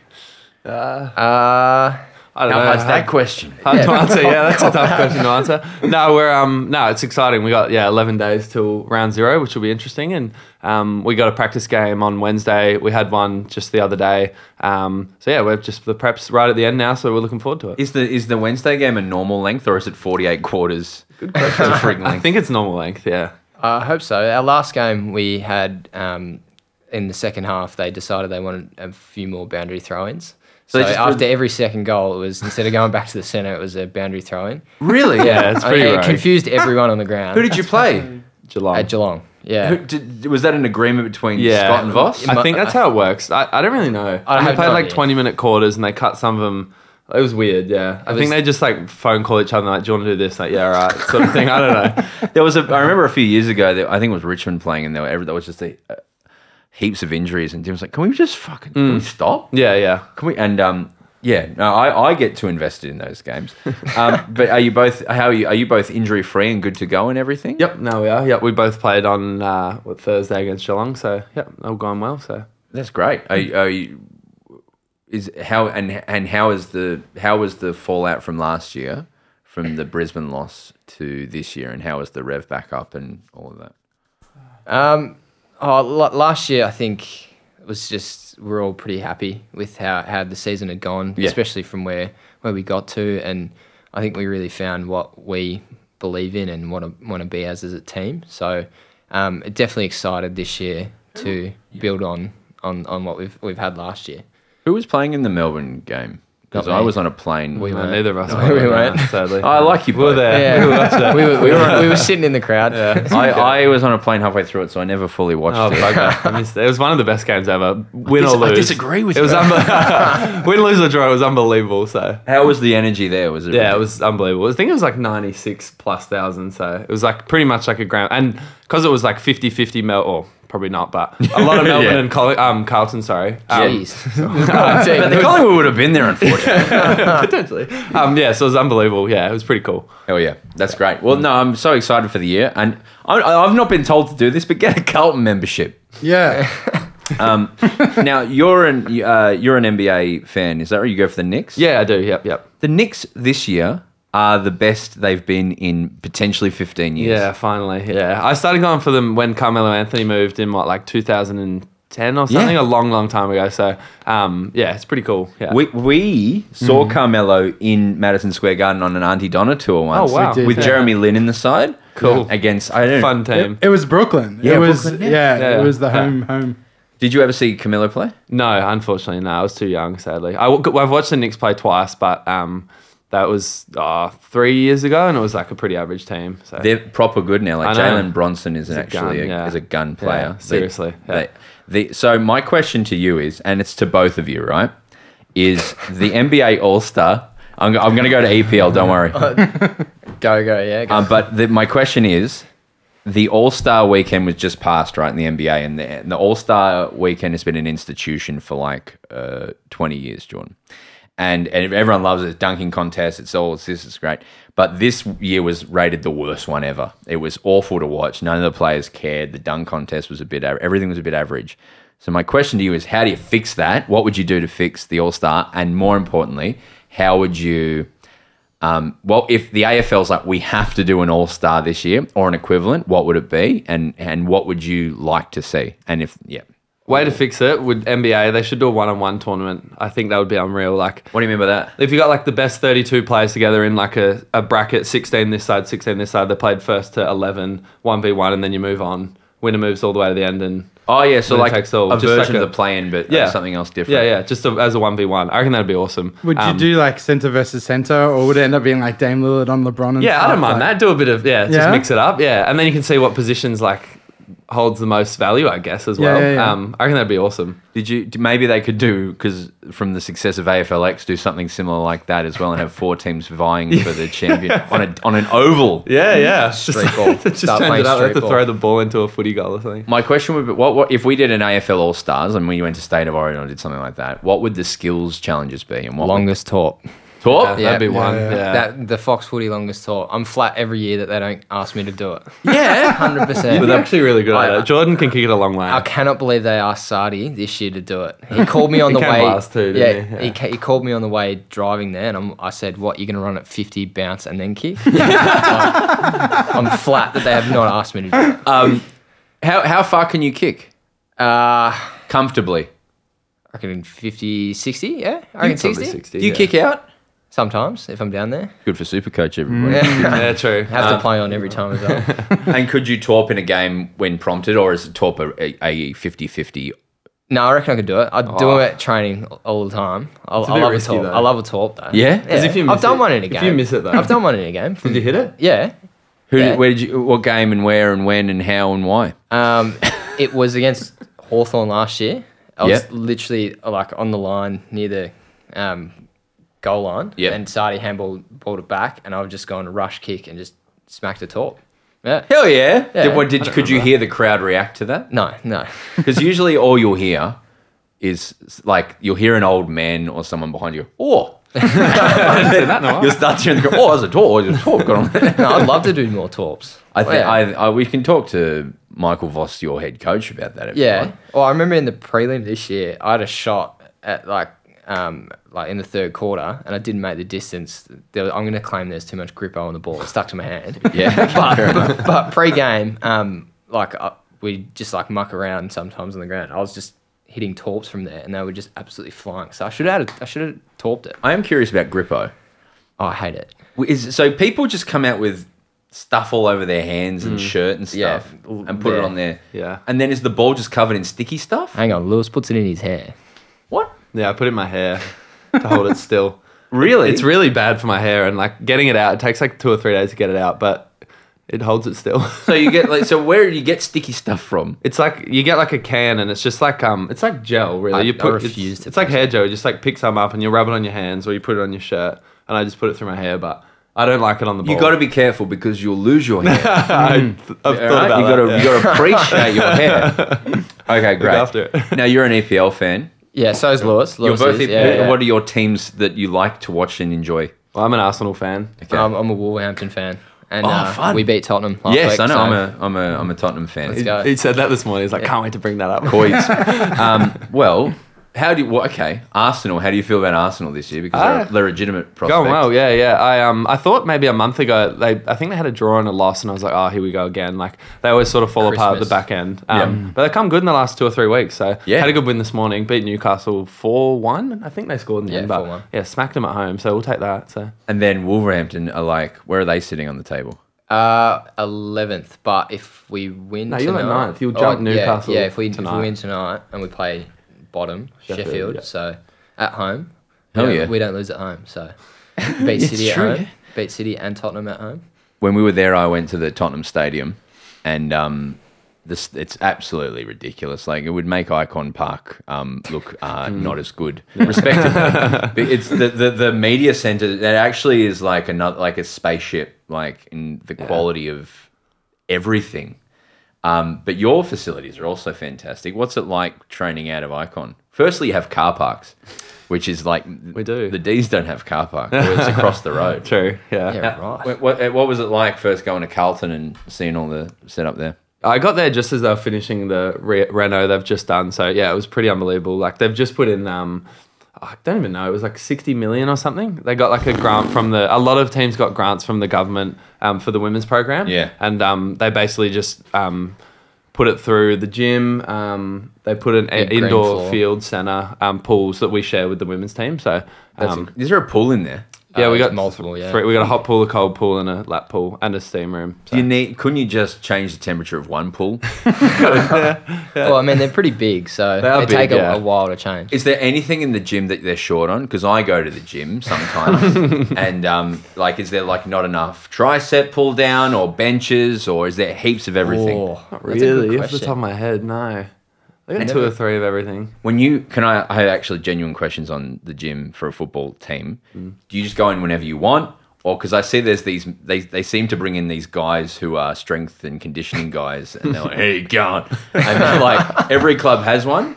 Speaker 11: Uh,
Speaker 12: I don't
Speaker 1: How
Speaker 12: know.
Speaker 1: hard's that
Speaker 12: Hard-
Speaker 1: question?
Speaker 12: Hard to answer. Yeah, that's a tough question to answer. No, we're um no, it's exciting. We got yeah, eleven days till round zero, which will be interesting. And um, we got a practice game on Wednesday. We had one just the other day. Um, so yeah, we're just the preps right at the end now, so we're looking forward to it.
Speaker 1: Is the is the Wednesday game a normal length or is it forty eight quarters? Good question. (laughs)
Speaker 12: I think it's normal length. Yeah.
Speaker 11: I hope so. Our last game we had um, in the second half, they decided they wanted a few more boundary throw-ins. So,
Speaker 1: So they just threw-
Speaker 11: after every second goal, it was instead of going back to the centre, it was a boundary throw-in.
Speaker 1: Really?
Speaker 12: Yeah, it's
Speaker 11: I-
Speaker 12: pretty.
Speaker 11: it
Speaker 12: rogue.
Speaker 11: confused everyone on the ground.
Speaker 1: Who did you play?
Speaker 12: Geelong.
Speaker 11: At Geelong. Yeah.
Speaker 1: Who, did, was that an agreement between
Speaker 12: Yeah,
Speaker 1: Scott and Voss?
Speaker 12: I think that's how it works. I, I don't really know.
Speaker 11: I
Speaker 12: I
Speaker 11: have
Speaker 12: played
Speaker 11: no
Speaker 12: like
Speaker 11: idea.
Speaker 12: twenty minute quarters, and they cut some of them. It was weird. Yeah, I
Speaker 11: was-
Speaker 12: think they just like phone call each other like, "Do you want to do this?" Like, "Yeah, all right," sort of thing. I don't know.
Speaker 1: (laughs) there was a. I remember a few years ago that I think it was Richmond playing, and there were every, there was just a, uh, heaps of injuries, and Tim was like, "Can we just fucking can we stop?
Speaker 12: Mm. Yeah, yeah.
Speaker 1: Can we?" And um, yeah, no, I, I get too invested in those games.
Speaker 12: (laughs)
Speaker 1: Um, but are you both? How are you? Are you both injury free and good to go and everything?
Speaker 12: Yep, now we are. Yep, we both played on uh, what, Thursday against Geelong, so yep, all gone well. So
Speaker 1: That's great. Are, you- are you, is how and and how is the how was the fallout from last year, from the Brisbane loss to this year, and how was the rev back up and all of that?
Speaker 11: Um, oh, la- last year I think it was just we're all pretty happy with how, how the season had gone,
Speaker 1: Yeah.
Speaker 11: especially from where where we got to, and I think we really found what we believe in and want to want to be as as a team. So, um, definitely excited this year to build on on on what we've we've had last year.
Speaker 1: Who was playing in the Melbourne game? Because
Speaker 11: Not
Speaker 1: I
Speaker 11: me.
Speaker 1: was on a plane.
Speaker 11: We
Speaker 12: no,
Speaker 11: weren't.
Speaker 12: neither of us.
Speaker 11: No, we weren't.
Speaker 12: sadly.
Speaker 1: I like you.
Speaker 12: We were
Speaker 1: both.
Speaker 12: there. (laughs)
Speaker 11: Yeah, we were we were, we were sitting in the crowd.
Speaker 1: I, I was on a plane halfway through it, so I never fully watched
Speaker 12: Oh,
Speaker 1: it. (laughs)
Speaker 12: bugger. I missed it. It was one of the best games ever. Win
Speaker 1: dis-
Speaker 12: or
Speaker 1: I
Speaker 12: lose.
Speaker 1: disagree with
Speaker 12: it.
Speaker 1: (laughs)
Speaker 12: Was unbe- (laughs) win, lose, or draw. It was unbelievable. So,
Speaker 1: How was the energy there? Was it?
Speaker 12: yeah, it was unbelievable. I think it was like 96 plus thousand. So, it was like pretty much like a grand. And because it was like 50 50 Mel, or probabprobably not, but a
Speaker 1: (laughs)
Speaker 12: lot of
Speaker 1: Yeah.
Speaker 12: Melbourne and Colli- um, Carlton, sorry. Um,
Speaker 1: But
Speaker 11: Jeez.
Speaker 1: the Collingwood would have been there, unfortunately. (laughs)
Speaker 12: potentially. Um, yeah, so it was unbelievable. Yeah, it was pretty cool.
Speaker 1: Oh yeah, that's great. Well, no, I'm so excited for the year, and I, I- I've not been told to do this, but get a Carlton membership. Um,
Speaker 3: Yeah.
Speaker 1: (laughs) now you're an uh, you're an NBA fan, is that right? You go for the Knicks.
Speaker 12: Yeah, I do. Yep, yep.
Speaker 1: the Knicks this year are the best they've been in potentially 15 years.
Speaker 12: Yeah, finally. Yeah, I started going for them when Carmelo Anthony moved in what like 2010 ten or something a long, long time ago. So um, yeah, it's pretty cool. Yeah.
Speaker 1: We, we saw
Speaker 12: Mhm.
Speaker 1: Carmelo in Madison Square Garden on an Auntie Donna tour once.
Speaker 12: Oh, wow. We did,
Speaker 1: With
Speaker 12: yeah.
Speaker 1: Jeremy Lin in the side.
Speaker 12: Cool.
Speaker 1: Against I don't
Speaker 12: Fun team.
Speaker 3: It was Brooklyn.
Speaker 1: Yeah,
Speaker 3: it was
Speaker 1: Brooklyn,
Speaker 3: yeah.
Speaker 1: yeah.
Speaker 3: it was the
Speaker 1: Yeah.
Speaker 3: home home.
Speaker 1: Did you ever see Camilo play?
Speaker 12: No, unfortunately, no. I was too young, sadly. I, have watched the Knicks play twice, but um, that was uh, three years ago, and it was like a pretty average team. So
Speaker 1: They're proper good now. Like
Speaker 12: I know.
Speaker 1: Jalen Bronson is
Speaker 12: He's a
Speaker 1: actually a,
Speaker 12: gun, yeah.
Speaker 1: is a gun
Speaker 12: Yeah,
Speaker 1: player. They-
Speaker 12: seriously, yeah.
Speaker 1: they- the, so my question to you is, and it's to both of you, right? Is the NBA All Star? I'm, go- I'm going to go to EPL. Don't
Speaker 12: (laughs) Oh,
Speaker 1: worry.
Speaker 11: Go go yeah. Go.
Speaker 1: Um, but the, my question is, the All Star Weekend was just passed, right, in the NBA, and the, and the All Star Weekend has been an institution for like uh, twenty years, Jordan. And, and everyone loves it. Dunking contest. It's all it's this. It's great. But this year was rated the worst one ever. It was awful to watch. None of the players cared. The dunk contest was a bit. aver- Everything was a bit average. So my question to you is, how do you fix that? What would you do to fix the All Star? And more importantly, how would you? Um, well, if the AFL's like, we have to do an All Star this year or an equivalent, what would it be, and and what would you like to see? And if yeah,
Speaker 12: Way to fix it would NBA. They should do a one-on-one tournament. I think that would be unreal. Like,
Speaker 1: what do you mean by that?
Speaker 12: If you got like the best thirty-two players together in like a, a bracket, sixteen this side, sixteen this side, they played first to 11, one v one, and then you move on. Winner moves all the way to the end, and
Speaker 1: oh yeah, so
Speaker 12: winner
Speaker 1: like
Speaker 12: takes all.
Speaker 1: a
Speaker 12: Just
Speaker 1: version
Speaker 12: like
Speaker 1: of the play-in, but
Speaker 12: yeah.
Speaker 1: yeah. something else different.
Speaker 12: Yeah, yeah, just a, as a one v one. I reckon that'd be awesome.
Speaker 3: Would
Speaker 12: Um,
Speaker 3: you do like center versus center, or would it end up being like Dame Lillard on LeBron? And
Speaker 12: Yeah, I
Speaker 3: stuff?
Speaker 12: don't mind
Speaker 3: Like-
Speaker 12: that. Do a bit of yeah,
Speaker 3: Yeah?
Speaker 12: just mix it up. Yeah, and then you can see what positions like holds the most value, I guess, as
Speaker 3: Yeah,
Speaker 12: well.
Speaker 3: yeah, yeah.
Speaker 12: Um, I reckon that'd be awesome.
Speaker 1: Did you d- maybe they could do because from the success of AFLX, do something similar like that as well, and have four teams (laughs) vying for the champion on a on an oval.
Speaker 12: Yeah, yeah.
Speaker 1: Street ball.
Speaker 12: (laughs) just
Speaker 1: Start
Speaker 12: change
Speaker 1: playing
Speaker 12: it up. They have
Speaker 1: street
Speaker 12: to
Speaker 1: ball.
Speaker 12: throw the ball into a footy goal or something.
Speaker 1: My question would be: What, what if we did an AFL All Stars and we went to State of Origin or did something like that? What would the skills challenges be? And what
Speaker 11: longest talk? Oh,
Speaker 1: Talk?
Speaker 12: Yeah, that'd be one. Yeah.
Speaker 11: That the Fox Footy longest talk. I'm flat every year that they don't ask me to do
Speaker 12: (laughs)
Speaker 11: it.
Speaker 1: Yeah,
Speaker 11: hundred
Speaker 12: You'd
Speaker 11: percent.
Speaker 12: be actually really good at it. Jordan can kick it a long way.
Speaker 11: I cannot believe they asked Sadi this year to do it. He
Speaker 12: (laughs)
Speaker 11: called me on
Speaker 12: He
Speaker 11: the
Speaker 12: came
Speaker 11: way.
Speaker 12: last too,
Speaker 11: yeah,
Speaker 12: didn't he?
Speaker 11: he, ca- he called me on the way driving there, and I'm, I said, "What? You're gonna run at 50, bounce, and then
Speaker 12: (laughs)
Speaker 11: kick?" (laughs) I'm flat that they have not asked me to do it.
Speaker 1: Um, how how far can you kick?
Speaker 11: Uh,
Speaker 1: comfortably.
Speaker 11: I reckon 50, 60, yeah? I
Speaker 1: You
Speaker 11: reckon
Speaker 1: probably
Speaker 11: 60.
Speaker 1: 60,
Speaker 11: Do you
Speaker 1: yeah.
Speaker 11: kick out? Sometimes, if I'm down there.
Speaker 1: Good for Supercoach, everybody.
Speaker 12: yeah, true. Um,
Speaker 11: Have
Speaker 1: Uh,
Speaker 11: to play on every time as
Speaker 12: (laughs)
Speaker 11: well.
Speaker 1: and could you torp in a game when prompted, or is torp a, a 50-50?
Speaker 11: no, I reckon I could do it. I do
Speaker 1: Oh.
Speaker 11: it at training all the time. I, I
Speaker 12: It's a bit
Speaker 11: love
Speaker 12: risky,
Speaker 11: a torp.
Speaker 12: though.
Speaker 11: I love a torp, though.
Speaker 1: Yeah? 'Cause
Speaker 12: if you
Speaker 11: I've
Speaker 12: miss
Speaker 11: done
Speaker 12: it-
Speaker 11: one in a
Speaker 12: if you
Speaker 11: game.
Speaker 12: miss it, though-
Speaker 11: I've done one in a
Speaker 12: (laughs)
Speaker 11: game.
Speaker 12: Did you
Speaker 11: (laughs)
Speaker 12: hit it?
Speaker 11: Yeah.
Speaker 1: Who?
Speaker 11: Yeah.
Speaker 1: Where did you? What game and where and when and how and why?
Speaker 11: Um, it was against Hawthorn last year. I was
Speaker 1: Yeah.
Speaker 11: literally like on the line near the um, goal line.
Speaker 1: Yeah.
Speaker 11: And Sardi handball balled it back, and I've just gone rush kick and just smacked a torp. Yeah.
Speaker 1: Hell yeah!
Speaker 11: Yeah.
Speaker 1: Did, what,
Speaker 11: I
Speaker 1: did
Speaker 11: don't
Speaker 1: could you
Speaker 11: remember.
Speaker 1: hear the crowd react to that?
Speaker 11: No, no. (laughs)
Speaker 1: Because usually all you'll hear is like you'll hear an old man or someone behind you.
Speaker 11: (laughs)
Speaker 1: Oh, (laughs) you'll start hearing the crowd. Oh, there's a torp. There's a torp going on.
Speaker 11: no. I'd love to do more torps.
Speaker 1: I think
Speaker 11: Yeah.
Speaker 1: I, I we can talk to Michael Voss, your head coach, about that. If you
Speaker 11: Yeah.
Speaker 1: want.
Speaker 11: Well, I remember in the prelim this year, I had a shot at like um like in the third quarter, and I didn't make the distance. There was, I'm going to claim there's too much grip on the ball. It stuck to my hand.
Speaker 1: Yeah.
Speaker 11: (laughs) but but pre-game, um, like I, we just like muck around sometimes on the ground. I was just hitting torps from there, and they were just absolutely flying. So I should have I should have torped it.
Speaker 1: I am curious about Grippo.
Speaker 11: Oh, I hate it.
Speaker 1: Is so people just come out with stuff all over their hands and shirt and
Speaker 11: Yeah.
Speaker 1: stuff and put it
Speaker 11: Yeah.
Speaker 1: on there.
Speaker 12: Mm. Yeah.
Speaker 1: And then is the ball just covered in sticky stuff?
Speaker 11: Hang on, Lewis puts it in his hair.
Speaker 1: What?
Speaker 12: Yeah, I put it in my
Speaker 11: (laughs)
Speaker 12: hair to hold it still.
Speaker 1: Really?
Speaker 12: It's really bad for my hair, and like getting it out, it takes like two or three days to get it out, but it holds it still.
Speaker 1: so you get like so where do you get sticky stuff from?
Speaker 12: It's like you get like a can, and it's just like um, it's like gel, really.
Speaker 11: I-
Speaker 12: you
Speaker 11: I
Speaker 12: put
Speaker 11: refuse
Speaker 12: it's,
Speaker 11: to
Speaker 12: It's like hair gel. You just like pick some up, and you rub it on your hands, or you put it on your shirt, and I just put it through my hair. But I don't like it on the ball.
Speaker 1: You got to be careful because you'll lose your hair.
Speaker 12: (laughs) I, have thought
Speaker 1: All right?
Speaker 12: about
Speaker 1: you
Speaker 12: that.
Speaker 1: got to
Speaker 12: yeah.
Speaker 1: you got to appreciate your
Speaker 12: (laughs)
Speaker 1: hair. Okay, great.
Speaker 12: after it.
Speaker 1: now you're an EPL fan.
Speaker 11: Yeah, so is Lewis.
Speaker 1: You're
Speaker 11: Lewis
Speaker 1: both. E
Speaker 11: is,
Speaker 1: EPL.
Speaker 11: yeah, yeah.
Speaker 1: What are your teams that you like to watch and enjoy?
Speaker 12: Well, I'm an Arsenal fan.
Speaker 1: Okay.
Speaker 11: Um, I'm a Wolverhampton fan, and
Speaker 1: Oh,
Speaker 11: uh,
Speaker 1: fun.
Speaker 11: we beat Tottenham. Last
Speaker 1: yes,
Speaker 11: week,
Speaker 1: I know.
Speaker 11: so-
Speaker 1: I'm a I'm a I'm a Tottenham fan.
Speaker 11: Let's go.
Speaker 12: (laughs) He said that this morning. He's like, can't wait to bring that up.
Speaker 1: Coy. um, well, How do you? Well, okay, Arsenal. How do you feel about Arsenal this year? Because
Speaker 12: Ah.
Speaker 1: they're, they're legitimate prospects.
Speaker 12: Going well, yeah, yeah. I um, I thought maybe a month ago they, I think they had a draw and a loss, and I was like, oh, here we go again. Like they always sort of fall apart at the
Speaker 1: Christmas.
Speaker 12: back end.
Speaker 1: Yeah.
Speaker 12: Um, but they come good in the last two or three weeks. So yeah, had a good win this morning, beat Newcastle four one. I think they scored in the
Speaker 1: Yeah,
Speaker 12: end, but
Speaker 1: 4-1.
Speaker 12: yeah, smacked them at home. So we'll take that. So
Speaker 1: And then Wolverhampton are like, where are they sitting on the table?
Speaker 11: Uh, eleventh. But if we win,
Speaker 12: No, you're
Speaker 11: tonight,
Speaker 12: at ninth. You'll jump
Speaker 11: Oh, yeah,
Speaker 12: Newcastle
Speaker 11: Yeah, if, we, if we
Speaker 12: tonight.
Speaker 11: win tonight and we play bottom
Speaker 12: Sheffield,
Speaker 11: Sheffield,
Speaker 12: yeah.
Speaker 11: so at home.
Speaker 1: Hell
Speaker 11: we don't-
Speaker 1: yeah.
Speaker 11: We don't lose at home,
Speaker 1: (laughs)
Speaker 11: so beat
Speaker 1: It's
Speaker 11: City at
Speaker 1: true, yeah.
Speaker 11: home. Beat City and Tottenham at home.
Speaker 1: When we were there, I went to the Tottenham Stadium, and um, this it's absolutely ridiculous. Like it would make Icon Park um, look uh, not as (laughs) good, respectively. (laughs) But it's the, the the media center that actually is like another like a spaceship, like in the quality of everything. Um, but your facilities are also fantastic. What's it like training out of Icon? Firstly, you have car parks, which is like we do. The D's don't have car park. or It's across (laughs) the road.
Speaker 12: True. Yeah.
Speaker 1: Uh, What, what, what was it like first going to Carlton and seeing all the setup there?
Speaker 12: I got there just as they were finishing the re- reno they've just done. So yeah, it was pretty unbelievable. Like they've just put in um I don't even know. It was like sixty million or something. They got like a grant from the. A lot of teams got grants from the government um, for the women's program.
Speaker 1: Yeah.
Speaker 12: and um, they basically just um, put it through the gym. Um, they put an
Speaker 1: Big
Speaker 12: a-
Speaker 1: green
Speaker 12: indoor
Speaker 1: floor.
Speaker 12: field center um, pools that we share with the women's team. So
Speaker 1: That's
Speaker 12: um,
Speaker 1: is there a pool in there?
Speaker 12: Yeah,
Speaker 1: Uh,
Speaker 12: we got
Speaker 1: there's multiple, yeah.
Speaker 12: Three, we got a hot pool, a cold pool, and a lap pool, and a steam room.
Speaker 1: Do you need? Couldn't you just change the temperature of one (laughs) pool?
Speaker 11: Well, I mean they're pretty big, so
Speaker 1: They
Speaker 11: they
Speaker 1: are big,
Speaker 11: take a,
Speaker 1: yeah.
Speaker 11: a while to change.
Speaker 1: Is there anything in the gym that they're short on? Because I go to the gym (laughs) sometimes, and um, like, is there like not enough tricep pull down or benches, or is there heaps of everything?
Speaker 12: Not really. Off the top of my head, no. I got
Speaker 1: And
Speaker 12: two or
Speaker 1: every-
Speaker 12: three of everything.
Speaker 1: When you can, I I have actually genuine questions on the gym for a football team. Do you just go in whenever you want, or because I see there's these they they seem to bring in these guys who are strength and conditioning guys, and they're like, "Hey, you going?" And they're like every club has one.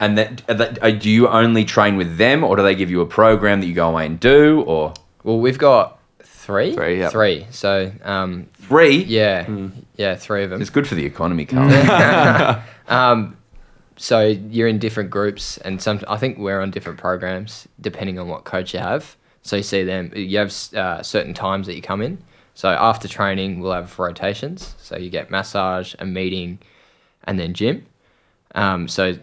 Speaker 1: And that, that uh, do you only train with them, or do they give you a program that you go away and do, or?
Speaker 11: Well, we've got three,
Speaker 1: three, yeah,
Speaker 11: Three. So um,
Speaker 1: three.
Speaker 11: Yeah, yeah, three of them.
Speaker 1: It's good for the economy, Carl. (laughs)
Speaker 11: um, so you're in different groups, and some I think we're on different programs depending on what coach you have. So you see them. You have uh, certain times that you come in. So after training, we'll have rotations. So you get massage, a meeting, and then gym. Um, so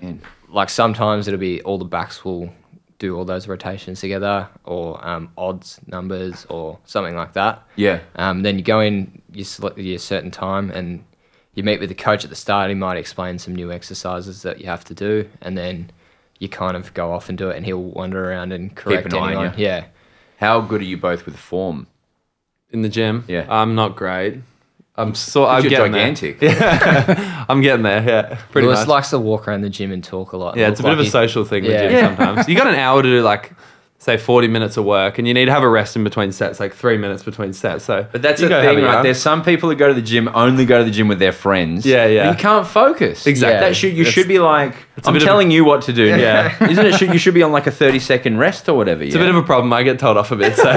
Speaker 11: like sometimes it'll be all the backs will do all those rotations together, or um, odds numbers, or something like that.
Speaker 1: Yeah.
Speaker 11: Um, then you go in, you select your certain time, and you meet with the coach at the start. He might explain some new exercises that you have to do, and then you kind of go off and do it, and he'll wander around and correct
Speaker 1: eye on
Speaker 11: anyone.
Speaker 1: you.
Speaker 11: Yeah.
Speaker 1: How good are you both with form?
Speaker 12: In the gym?
Speaker 1: Yeah.
Speaker 12: I'm not great. I'm so. I'm
Speaker 11: you're
Speaker 12: getting
Speaker 11: gigantic.
Speaker 12: There. Yeah. I'm getting there. Yeah. Pretty
Speaker 11: Lewis
Speaker 12: much.
Speaker 11: likes to walk around the gym and talk a lot. and
Speaker 12: yeah,
Speaker 11: look
Speaker 12: it's a bit of
Speaker 11: like
Speaker 12: a
Speaker 11: he-
Speaker 12: social thing with
Speaker 11: Yeah.
Speaker 12: gym sometimes. You got an hour to do like. Say forty minutes of work, and you need to have a rest in between sets, like three minutes between sets. So,
Speaker 1: But that's the thing, right? There's some people who go to the gym only go to the gym with their friends.
Speaker 12: Yeah, yeah.
Speaker 1: You can't focus.
Speaker 12: Exactly.
Speaker 1: That should you
Speaker 12: That's-
Speaker 1: should be like.
Speaker 12: it's a
Speaker 1: I'm
Speaker 12: bit of a-
Speaker 1: telling you what to do.
Speaker 12: Yeah. (laughs)
Speaker 1: Isn't it? Should, you should be on like a 30 second rest or whatever.
Speaker 12: It's a bit of a problem. I get told off a bit. So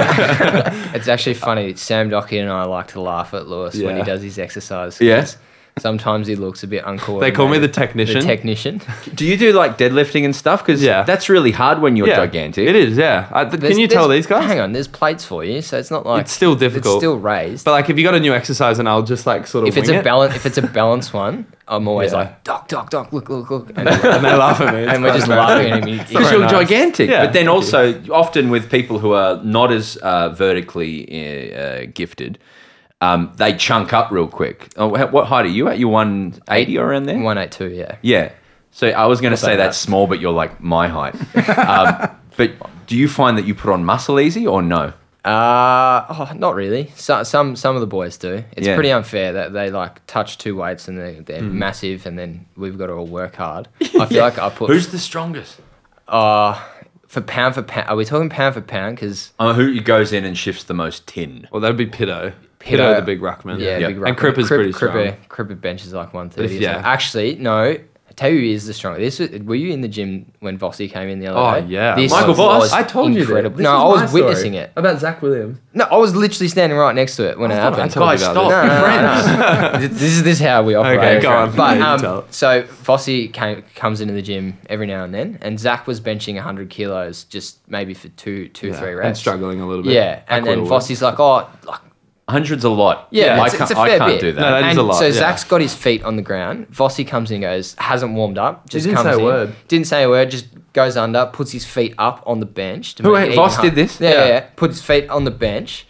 Speaker 11: it's actually funny. Sam Docky and I like to laugh at Lewis when he
Speaker 12: Yeah.
Speaker 11: does his exercise. 'cause
Speaker 1: Yeah.
Speaker 11: Sometimes he looks a bit uncoordinated.
Speaker 1: They call me the technician.
Speaker 11: The
Speaker 12: (laughs)
Speaker 11: technician.
Speaker 1: Do you do like deadlifting and stuff? Because yeah. that's really hard when you're
Speaker 11: Yeah.
Speaker 1: gigantic.
Speaker 12: It is. Yeah. I,
Speaker 11: There's-
Speaker 12: can you tell
Speaker 11: there's-
Speaker 12: these guys?
Speaker 11: Hang on, there's plates for you, so it's not like
Speaker 12: it's still difficult.
Speaker 11: It's still raised.
Speaker 12: But like, if you got a new exercise, and I'll just like sort of
Speaker 11: if it's
Speaker 12: wing
Speaker 11: a
Speaker 12: it.
Speaker 11: balance, if it's
Speaker 12: (laughs)
Speaker 11: a balance one, I'm always
Speaker 12: Yeah.
Speaker 11: like, doc, doc, doc, look, look,
Speaker 12: (laughs)
Speaker 11: look, and,
Speaker 12: And they laugh at me.
Speaker 11: (laughs)
Speaker 12: It's
Speaker 11: and we're
Speaker 12: quite
Speaker 11: just laughing
Speaker 12: embarrassing. (laughs)
Speaker 11: at him. He-
Speaker 1: Because
Speaker 11: he-
Speaker 1: you're gigantic,
Speaker 11: Yeah.
Speaker 1: but then also often with people who are not as uh, vertically uh, gifted, um, they chunk up real quick. Oh, wh- what height are you at? You're 180 or around there?
Speaker 11: 182, yeah.
Speaker 1: Yeah. So I was going to
Speaker 11: Not that
Speaker 1: say
Speaker 11: much.
Speaker 1: that's small, but you're like my height. um, but do you find that you put on muscle easy or no?
Speaker 11: Uh, oh, not really. So, some some of the boys do. It's
Speaker 1: Yeah.
Speaker 11: pretty unfair that they like touch two weights and they, they're
Speaker 1: Mm.
Speaker 11: massive, and then we've got to all work hard. I feel like I put
Speaker 1: Who's the strongest?
Speaker 11: Uh, for pound for pound, are we talking pound for pound? Because
Speaker 1: Uh, who goes in and shifts the most tin?
Speaker 12: Well, that'd be Pitto.
Speaker 11: Pitto,
Speaker 12: the big ruckman.
Speaker 11: Yeah,
Speaker 12: Yeah.
Speaker 11: big
Speaker 12: And
Speaker 11: ruckman.
Speaker 12: Crippa's
Speaker 11: Crip-
Speaker 12: pretty strong.
Speaker 11: Crippa, Crippa benches like one
Speaker 12: But if-
Speaker 11: thirty.
Speaker 12: yeah.
Speaker 11: yeah. Actually, no. Tau is the strongest. This was, were you in the gym when Vossi came in the other
Speaker 12: Oh,
Speaker 11: day?
Speaker 12: yeah.
Speaker 11: This
Speaker 12: Michael Voss.
Speaker 11: was
Speaker 12: I told you that.
Speaker 11: incredible.
Speaker 12: This
Speaker 11: No,
Speaker 12: is
Speaker 11: I
Speaker 12: my
Speaker 11: was
Speaker 12: story.
Speaker 11: witnessing it.
Speaker 12: About Zach Williams.
Speaker 11: No, I was literally standing right next to it when it
Speaker 12: thought I
Speaker 11: happened.
Speaker 12: told you Guys, about stop, this.
Speaker 11: No, no, no, no. this is this is how we operate.
Speaker 12: Okay, go on.
Speaker 11: But
Speaker 12: You
Speaker 11: um,
Speaker 12: tell it.
Speaker 11: so Fossey came, comes into the gym every now and then, and Zach was benching 100 kilos just maybe for two, two, three
Speaker 12: Yeah, and
Speaker 11: reps,
Speaker 12: struggling a little bit.
Speaker 11: Yeah,
Speaker 12: I
Speaker 11: and then
Speaker 12: quite would.
Speaker 11: Fossey's like, oh, like
Speaker 1: Hundreds a lot.
Speaker 11: yeah,
Speaker 1: I
Speaker 11: it's,
Speaker 1: can't,
Speaker 11: it's a
Speaker 1: I
Speaker 11: fair
Speaker 1: can't
Speaker 11: bit.
Speaker 1: do that.
Speaker 12: that is
Speaker 11: And
Speaker 12: a lot,
Speaker 11: So
Speaker 12: yeah.
Speaker 11: Zach's got his feet on the ground. Vossi comes in and goes, hasn't warmed up. Just
Speaker 12: didn't
Speaker 11: comes
Speaker 12: say a
Speaker 11: in,
Speaker 12: word.
Speaker 11: Didn't say a word. Just goes under, puts his feet up on the bench. To
Speaker 1: Who
Speaker 11: make it
Speaker 1: ate-
Speaker 11: even
Speaker 1: Voss
Speaker 11: harder.
Speaker 1: did this?
Speaker 11: Yeah,
Speaker 1: Yeah.
Speaker 11: yeah, yeah. Put his feet on the bench,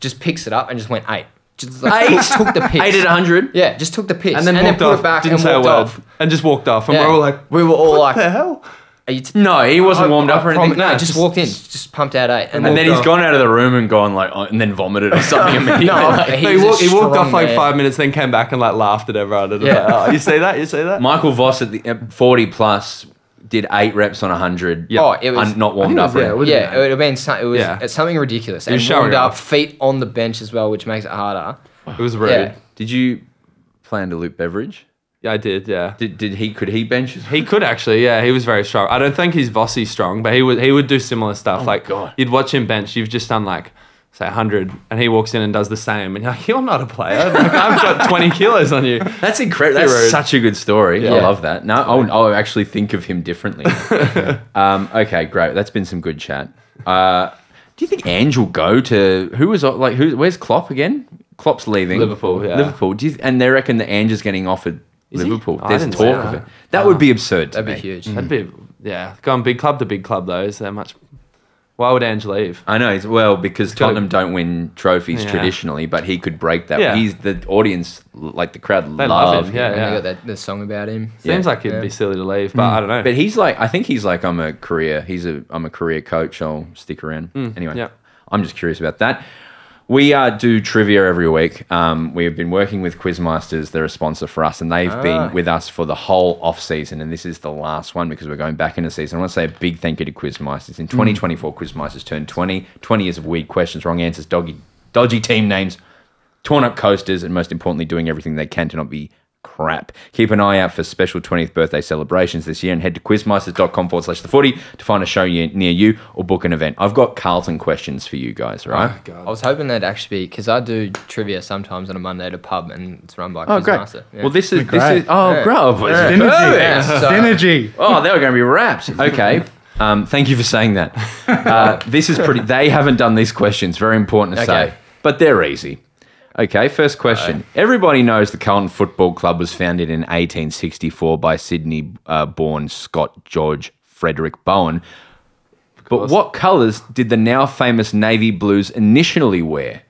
Speaker 11: just picks it up and just went eight. Just like,
Speaker 1: Eight?
Speaker 11: just took the piss.
Speaker 1: Eight at 100?
Speaker 11: Yeah, just took the piss
Speaker 12: And then walked
Speaker 11: put
Speaker 12: off.
Speaker 11: it back
Speaker 12: didn't
Speaker 11: and
Speaker 12: say a
Speaker 11: walked
Speaker 12: word.
Speaker 11: off.
Speaker 12: And just walked off. And
Speaker 11: Yeah.
Speaker 12: we're all like,
Speaker 11: we were all like,
Speaker 12: the
Speaker 11: (laughs)
Speaker 12: hell?
Speaker 11: Are you t-
Speaker 1: No, he wasn't warmed up or anything.
Speaker 11: No,
Speaker 1: No,
Speaker 11: just,
Speaker 1: just-
Speaker 11: walked in, just pumped out eight,
Speaker 1: And then
Speaker 11: walked
Speaker 1: he's
Speaker 11: off.
Speaker 1: gone out of the room and gone like, oh, and then vomited or something immediately.
Speaker 11: No,
Speaker 12: No,
Speaker 11: he's
Speaker 12: he,
Speaker 11: a
Speaker 12: walked, he walked off
Speaker 11: strong
Speaker 12: like
Speaker 11: man.
Speaker 12: five minutes, then came back and like laughed at everyone. And
Speaker 1: Yeah.
Speaker 12: like, oh, you see that?
Speaker 11: (laughs)
Speaker 12: You see that?
Speaker 1: Michael Voss at the at 40 plus did eight reps on 100.
Speaker 11: Oh, it was-
Speaker 1: un- not warmed
Speaker 12: I
Speaker 1: up.
Speaker 12: think it was- yeah,
Speaker 1: or
Speaker 12: it
Speaker 11: Yeah,
Speaker 1: anything.
Speaker 12: was-
Speaker 11: it would have been some, it was
Speaker 12: Yeah.
Speaker 11: it's something ridiculous.
Speaker 12: He
Speaker 11: And
Speaker 12: was
Speaker 11: warmed
Speaker 12: showing
Speaker 11: up,
Speaker 12: off.
Speaker 11: feet on the bench as well, which makes it harder.
Speaker 12: It was rude.
Speaker 11: Yeah.
Speaker 12: Yeah.
Speaker 1: Did you plan to loop beverage?
Speaker 12: I did. Yeah.
Speaker 1: Did, did he could he bench? as-
Speaker 12: He could actually, yeah. He was very strong. I don't think he's Vossi strong, but he would he would do similar stuff. like
Speaker 1: God.
Speaker 12: you'd watch him bench. You've just done like say 100, and he walks in and does the same, and you're like, you're not a player. Like, I've got 20 kilos on you.
Speaker 1: That's incredible. That's
Speaker 12: Hero.
Speaker 1: such a good story. I
Speaker 11: Yeah.
Speaker 1: love that. No, I'll, I'll actually think of him
Speaker 12: (laughs)
Speaker 1: differently. um, okay, great. That's been some good chat. Uh, do you think Ange will go to who was like who? Where's Klopp again? Klopp's leaving
Speaker 12: Liverpool, yeah.
Speaker 1: Liverpool. Do you, and they reckon that Ange is getting offered
Speaker 12: he?
Speaker 1: Liverpool.
Speaker 12: Oh, I
Speaker 1: There's
Speaker 12: didn't see
Speaker 1: talk of
Speaker 12: that. Ah,
Speaker 1: it. That would be absurd. To
Speaker 11: That'd be
Speaker 1: me.
Speaker 11: huge.
Speaker 12: That'd be yeah. Going big club to big club though. Is there much? Why would Ange leave?
Speaker 1: I know. it's- Well, because
Speaker 12: gotta-
Speaker 1: Tottenham don't win trophies
Speaker 12: Yeah.
Speaker 1: traditionally, but he could break that.
Speaker 12: Yeah.
Speaker 1: He's the audience, like the crowd,
Speaker 12: They love,
Speaker 1: love
Speaker 12: him. Yeah,
Speaker 11: And they
Speaker 12: yeah.
Speaker 11: got that the song about him.
Speaker 12: Seems
Speaker 1: Yeah.
Speaker 12: like it'd be silly to leave, but I don't know.
Speaker 1: But he's like, I think he's like, I'm a career. He's a, I'm a career coach. I'll stick around. anyway,
Speaker 12: yeah.
Speaker 1: I'm just curious about that. We uh, do trivia every week. Um, we have been working with Quizmasters. They're a sponsor for us, and they've been with us for the whole off season. And this is the last one because we're going back into season. I want to say a big thank you to Quizmasters. In 2024, Quizmasters turned 20. 20 years of weird questions, wrong answers, doggy, dodgy team names, torn up coasters, and most importantly, doing everything they can to not be crap. Keep an eye out for special 20th birthday celebrations this year and head to quizmasters.com forward slash the 40 to find a show ye- near you or book an event. I've got Carlton questions for you guys, right?
Speaker 11: I was hoping that'd actually be because I do trivia sometimes on a Monday at a pub and it's run by
Speaker 1: Oh, great.
Speaker 11: Quizmaster. Yeah.
Speaker 1: Well, this is, this
Speaker 3: Great.
Speaker 1: is, oh,
Speaker 11: Yeah.
Speaker 1: bro, boys.
Speaker 11: Yeah.
Speaker 1: Perfect.
Speaker 3: Synergy.
Speaker 1: (laughs)
Speaker 11: Yeah,
Speaker 3: (laughs)
Speaker 11: so-
Speaker 3: Synergy.
Speaker 1: Oh, they were going to be wrapped. Okay. Um, thank you for saying (laughs) that. Uh, this is pretty. They haven't done these questions. Very important to
Speaker 11: Okay.
Speaker 1: say, but they're easy. Okay, first question. Everybody knows the Carlton Football Club was founded in 1864 by Sydney-born Scott George Frederick Bowen. But what colours did the now famous navy blues initially wear?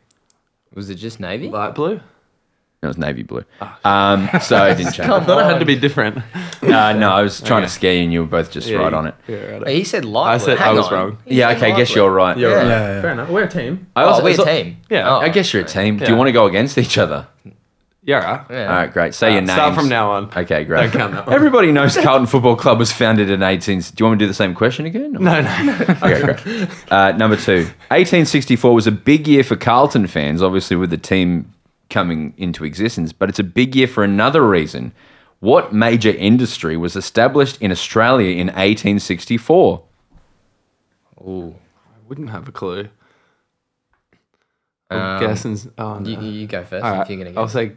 Speaker 11: was it just Navy?
Speaker 12: Light blue.
Speaker 1: No, it was navy blue. Um, so I (laughs) didn't change.
Speaker 12: I thought it had to be different. (laughs)
Speaker 1: it. Uh, no, I was trying to scare you, and you were both just
Speaker 12: Yeah,
Speaker 1: right
Speaker 12: you-
Speaker 1: on it.
Speaker 12: Yeah, right.
Speaker 11: he said light.
Speaker 12: I
Speaker 11: blue.
Speaker 12: said I
Speaker 11: Hang
Speaker 12: was
Speaker 11: on.
Speaker 12: wrong.
Speaker 11: He
Speaker 1: Yeah,
Speaker 11: said
Speaker 1: okay, I
Speaker 11: light
Speaker 1: guess
Speaker 11: blue.
Speaker 1: you're right.
Speaker 11: Yeah.
Speaker 3: Yeah.
Speaker 12: Fair enough. We're a team.
Speaker 1: I
Speaker 11: Oh,
Speaker 1: also-
Speaker 11: we're
Speaker 1: it's
Speaker 11: a
Speaker 1: al-
Speaker 11: team.
Speaker 12: Yeah.
Speaker 11: Oh.
Speaker 1: I guess you're a team. Do you want to go against each other?
Speaker 12: Yeah, right.
Speaker 11: Yeah.
Speaker 1: All right, great. Say your name.
Speaker 12: start from now on.
Speaker 1: Okay, great.
Speaker 12: Don't count that one.
Speaker 1: Everybody knows Carlton Football Club was founded in 18. Do you want me to do the same question again?
Speaker 12: No, no.
Speaker 1: Okay, great. Uh, number two, 1864 was a big year for Carlton fans, obviously with the team coming into existence, but it's a big year for another reason. What major industry was established in Australia in 1864?
Speaker 12: I wouldn't have a clue. I'm guessing. Oh, no.
Speaker 11: You, you go first
Speaker 12: All
Speaker 11: if you're gonna
Speaker 12: right.
Speaker 11: go.
Speaker 12: I'll say.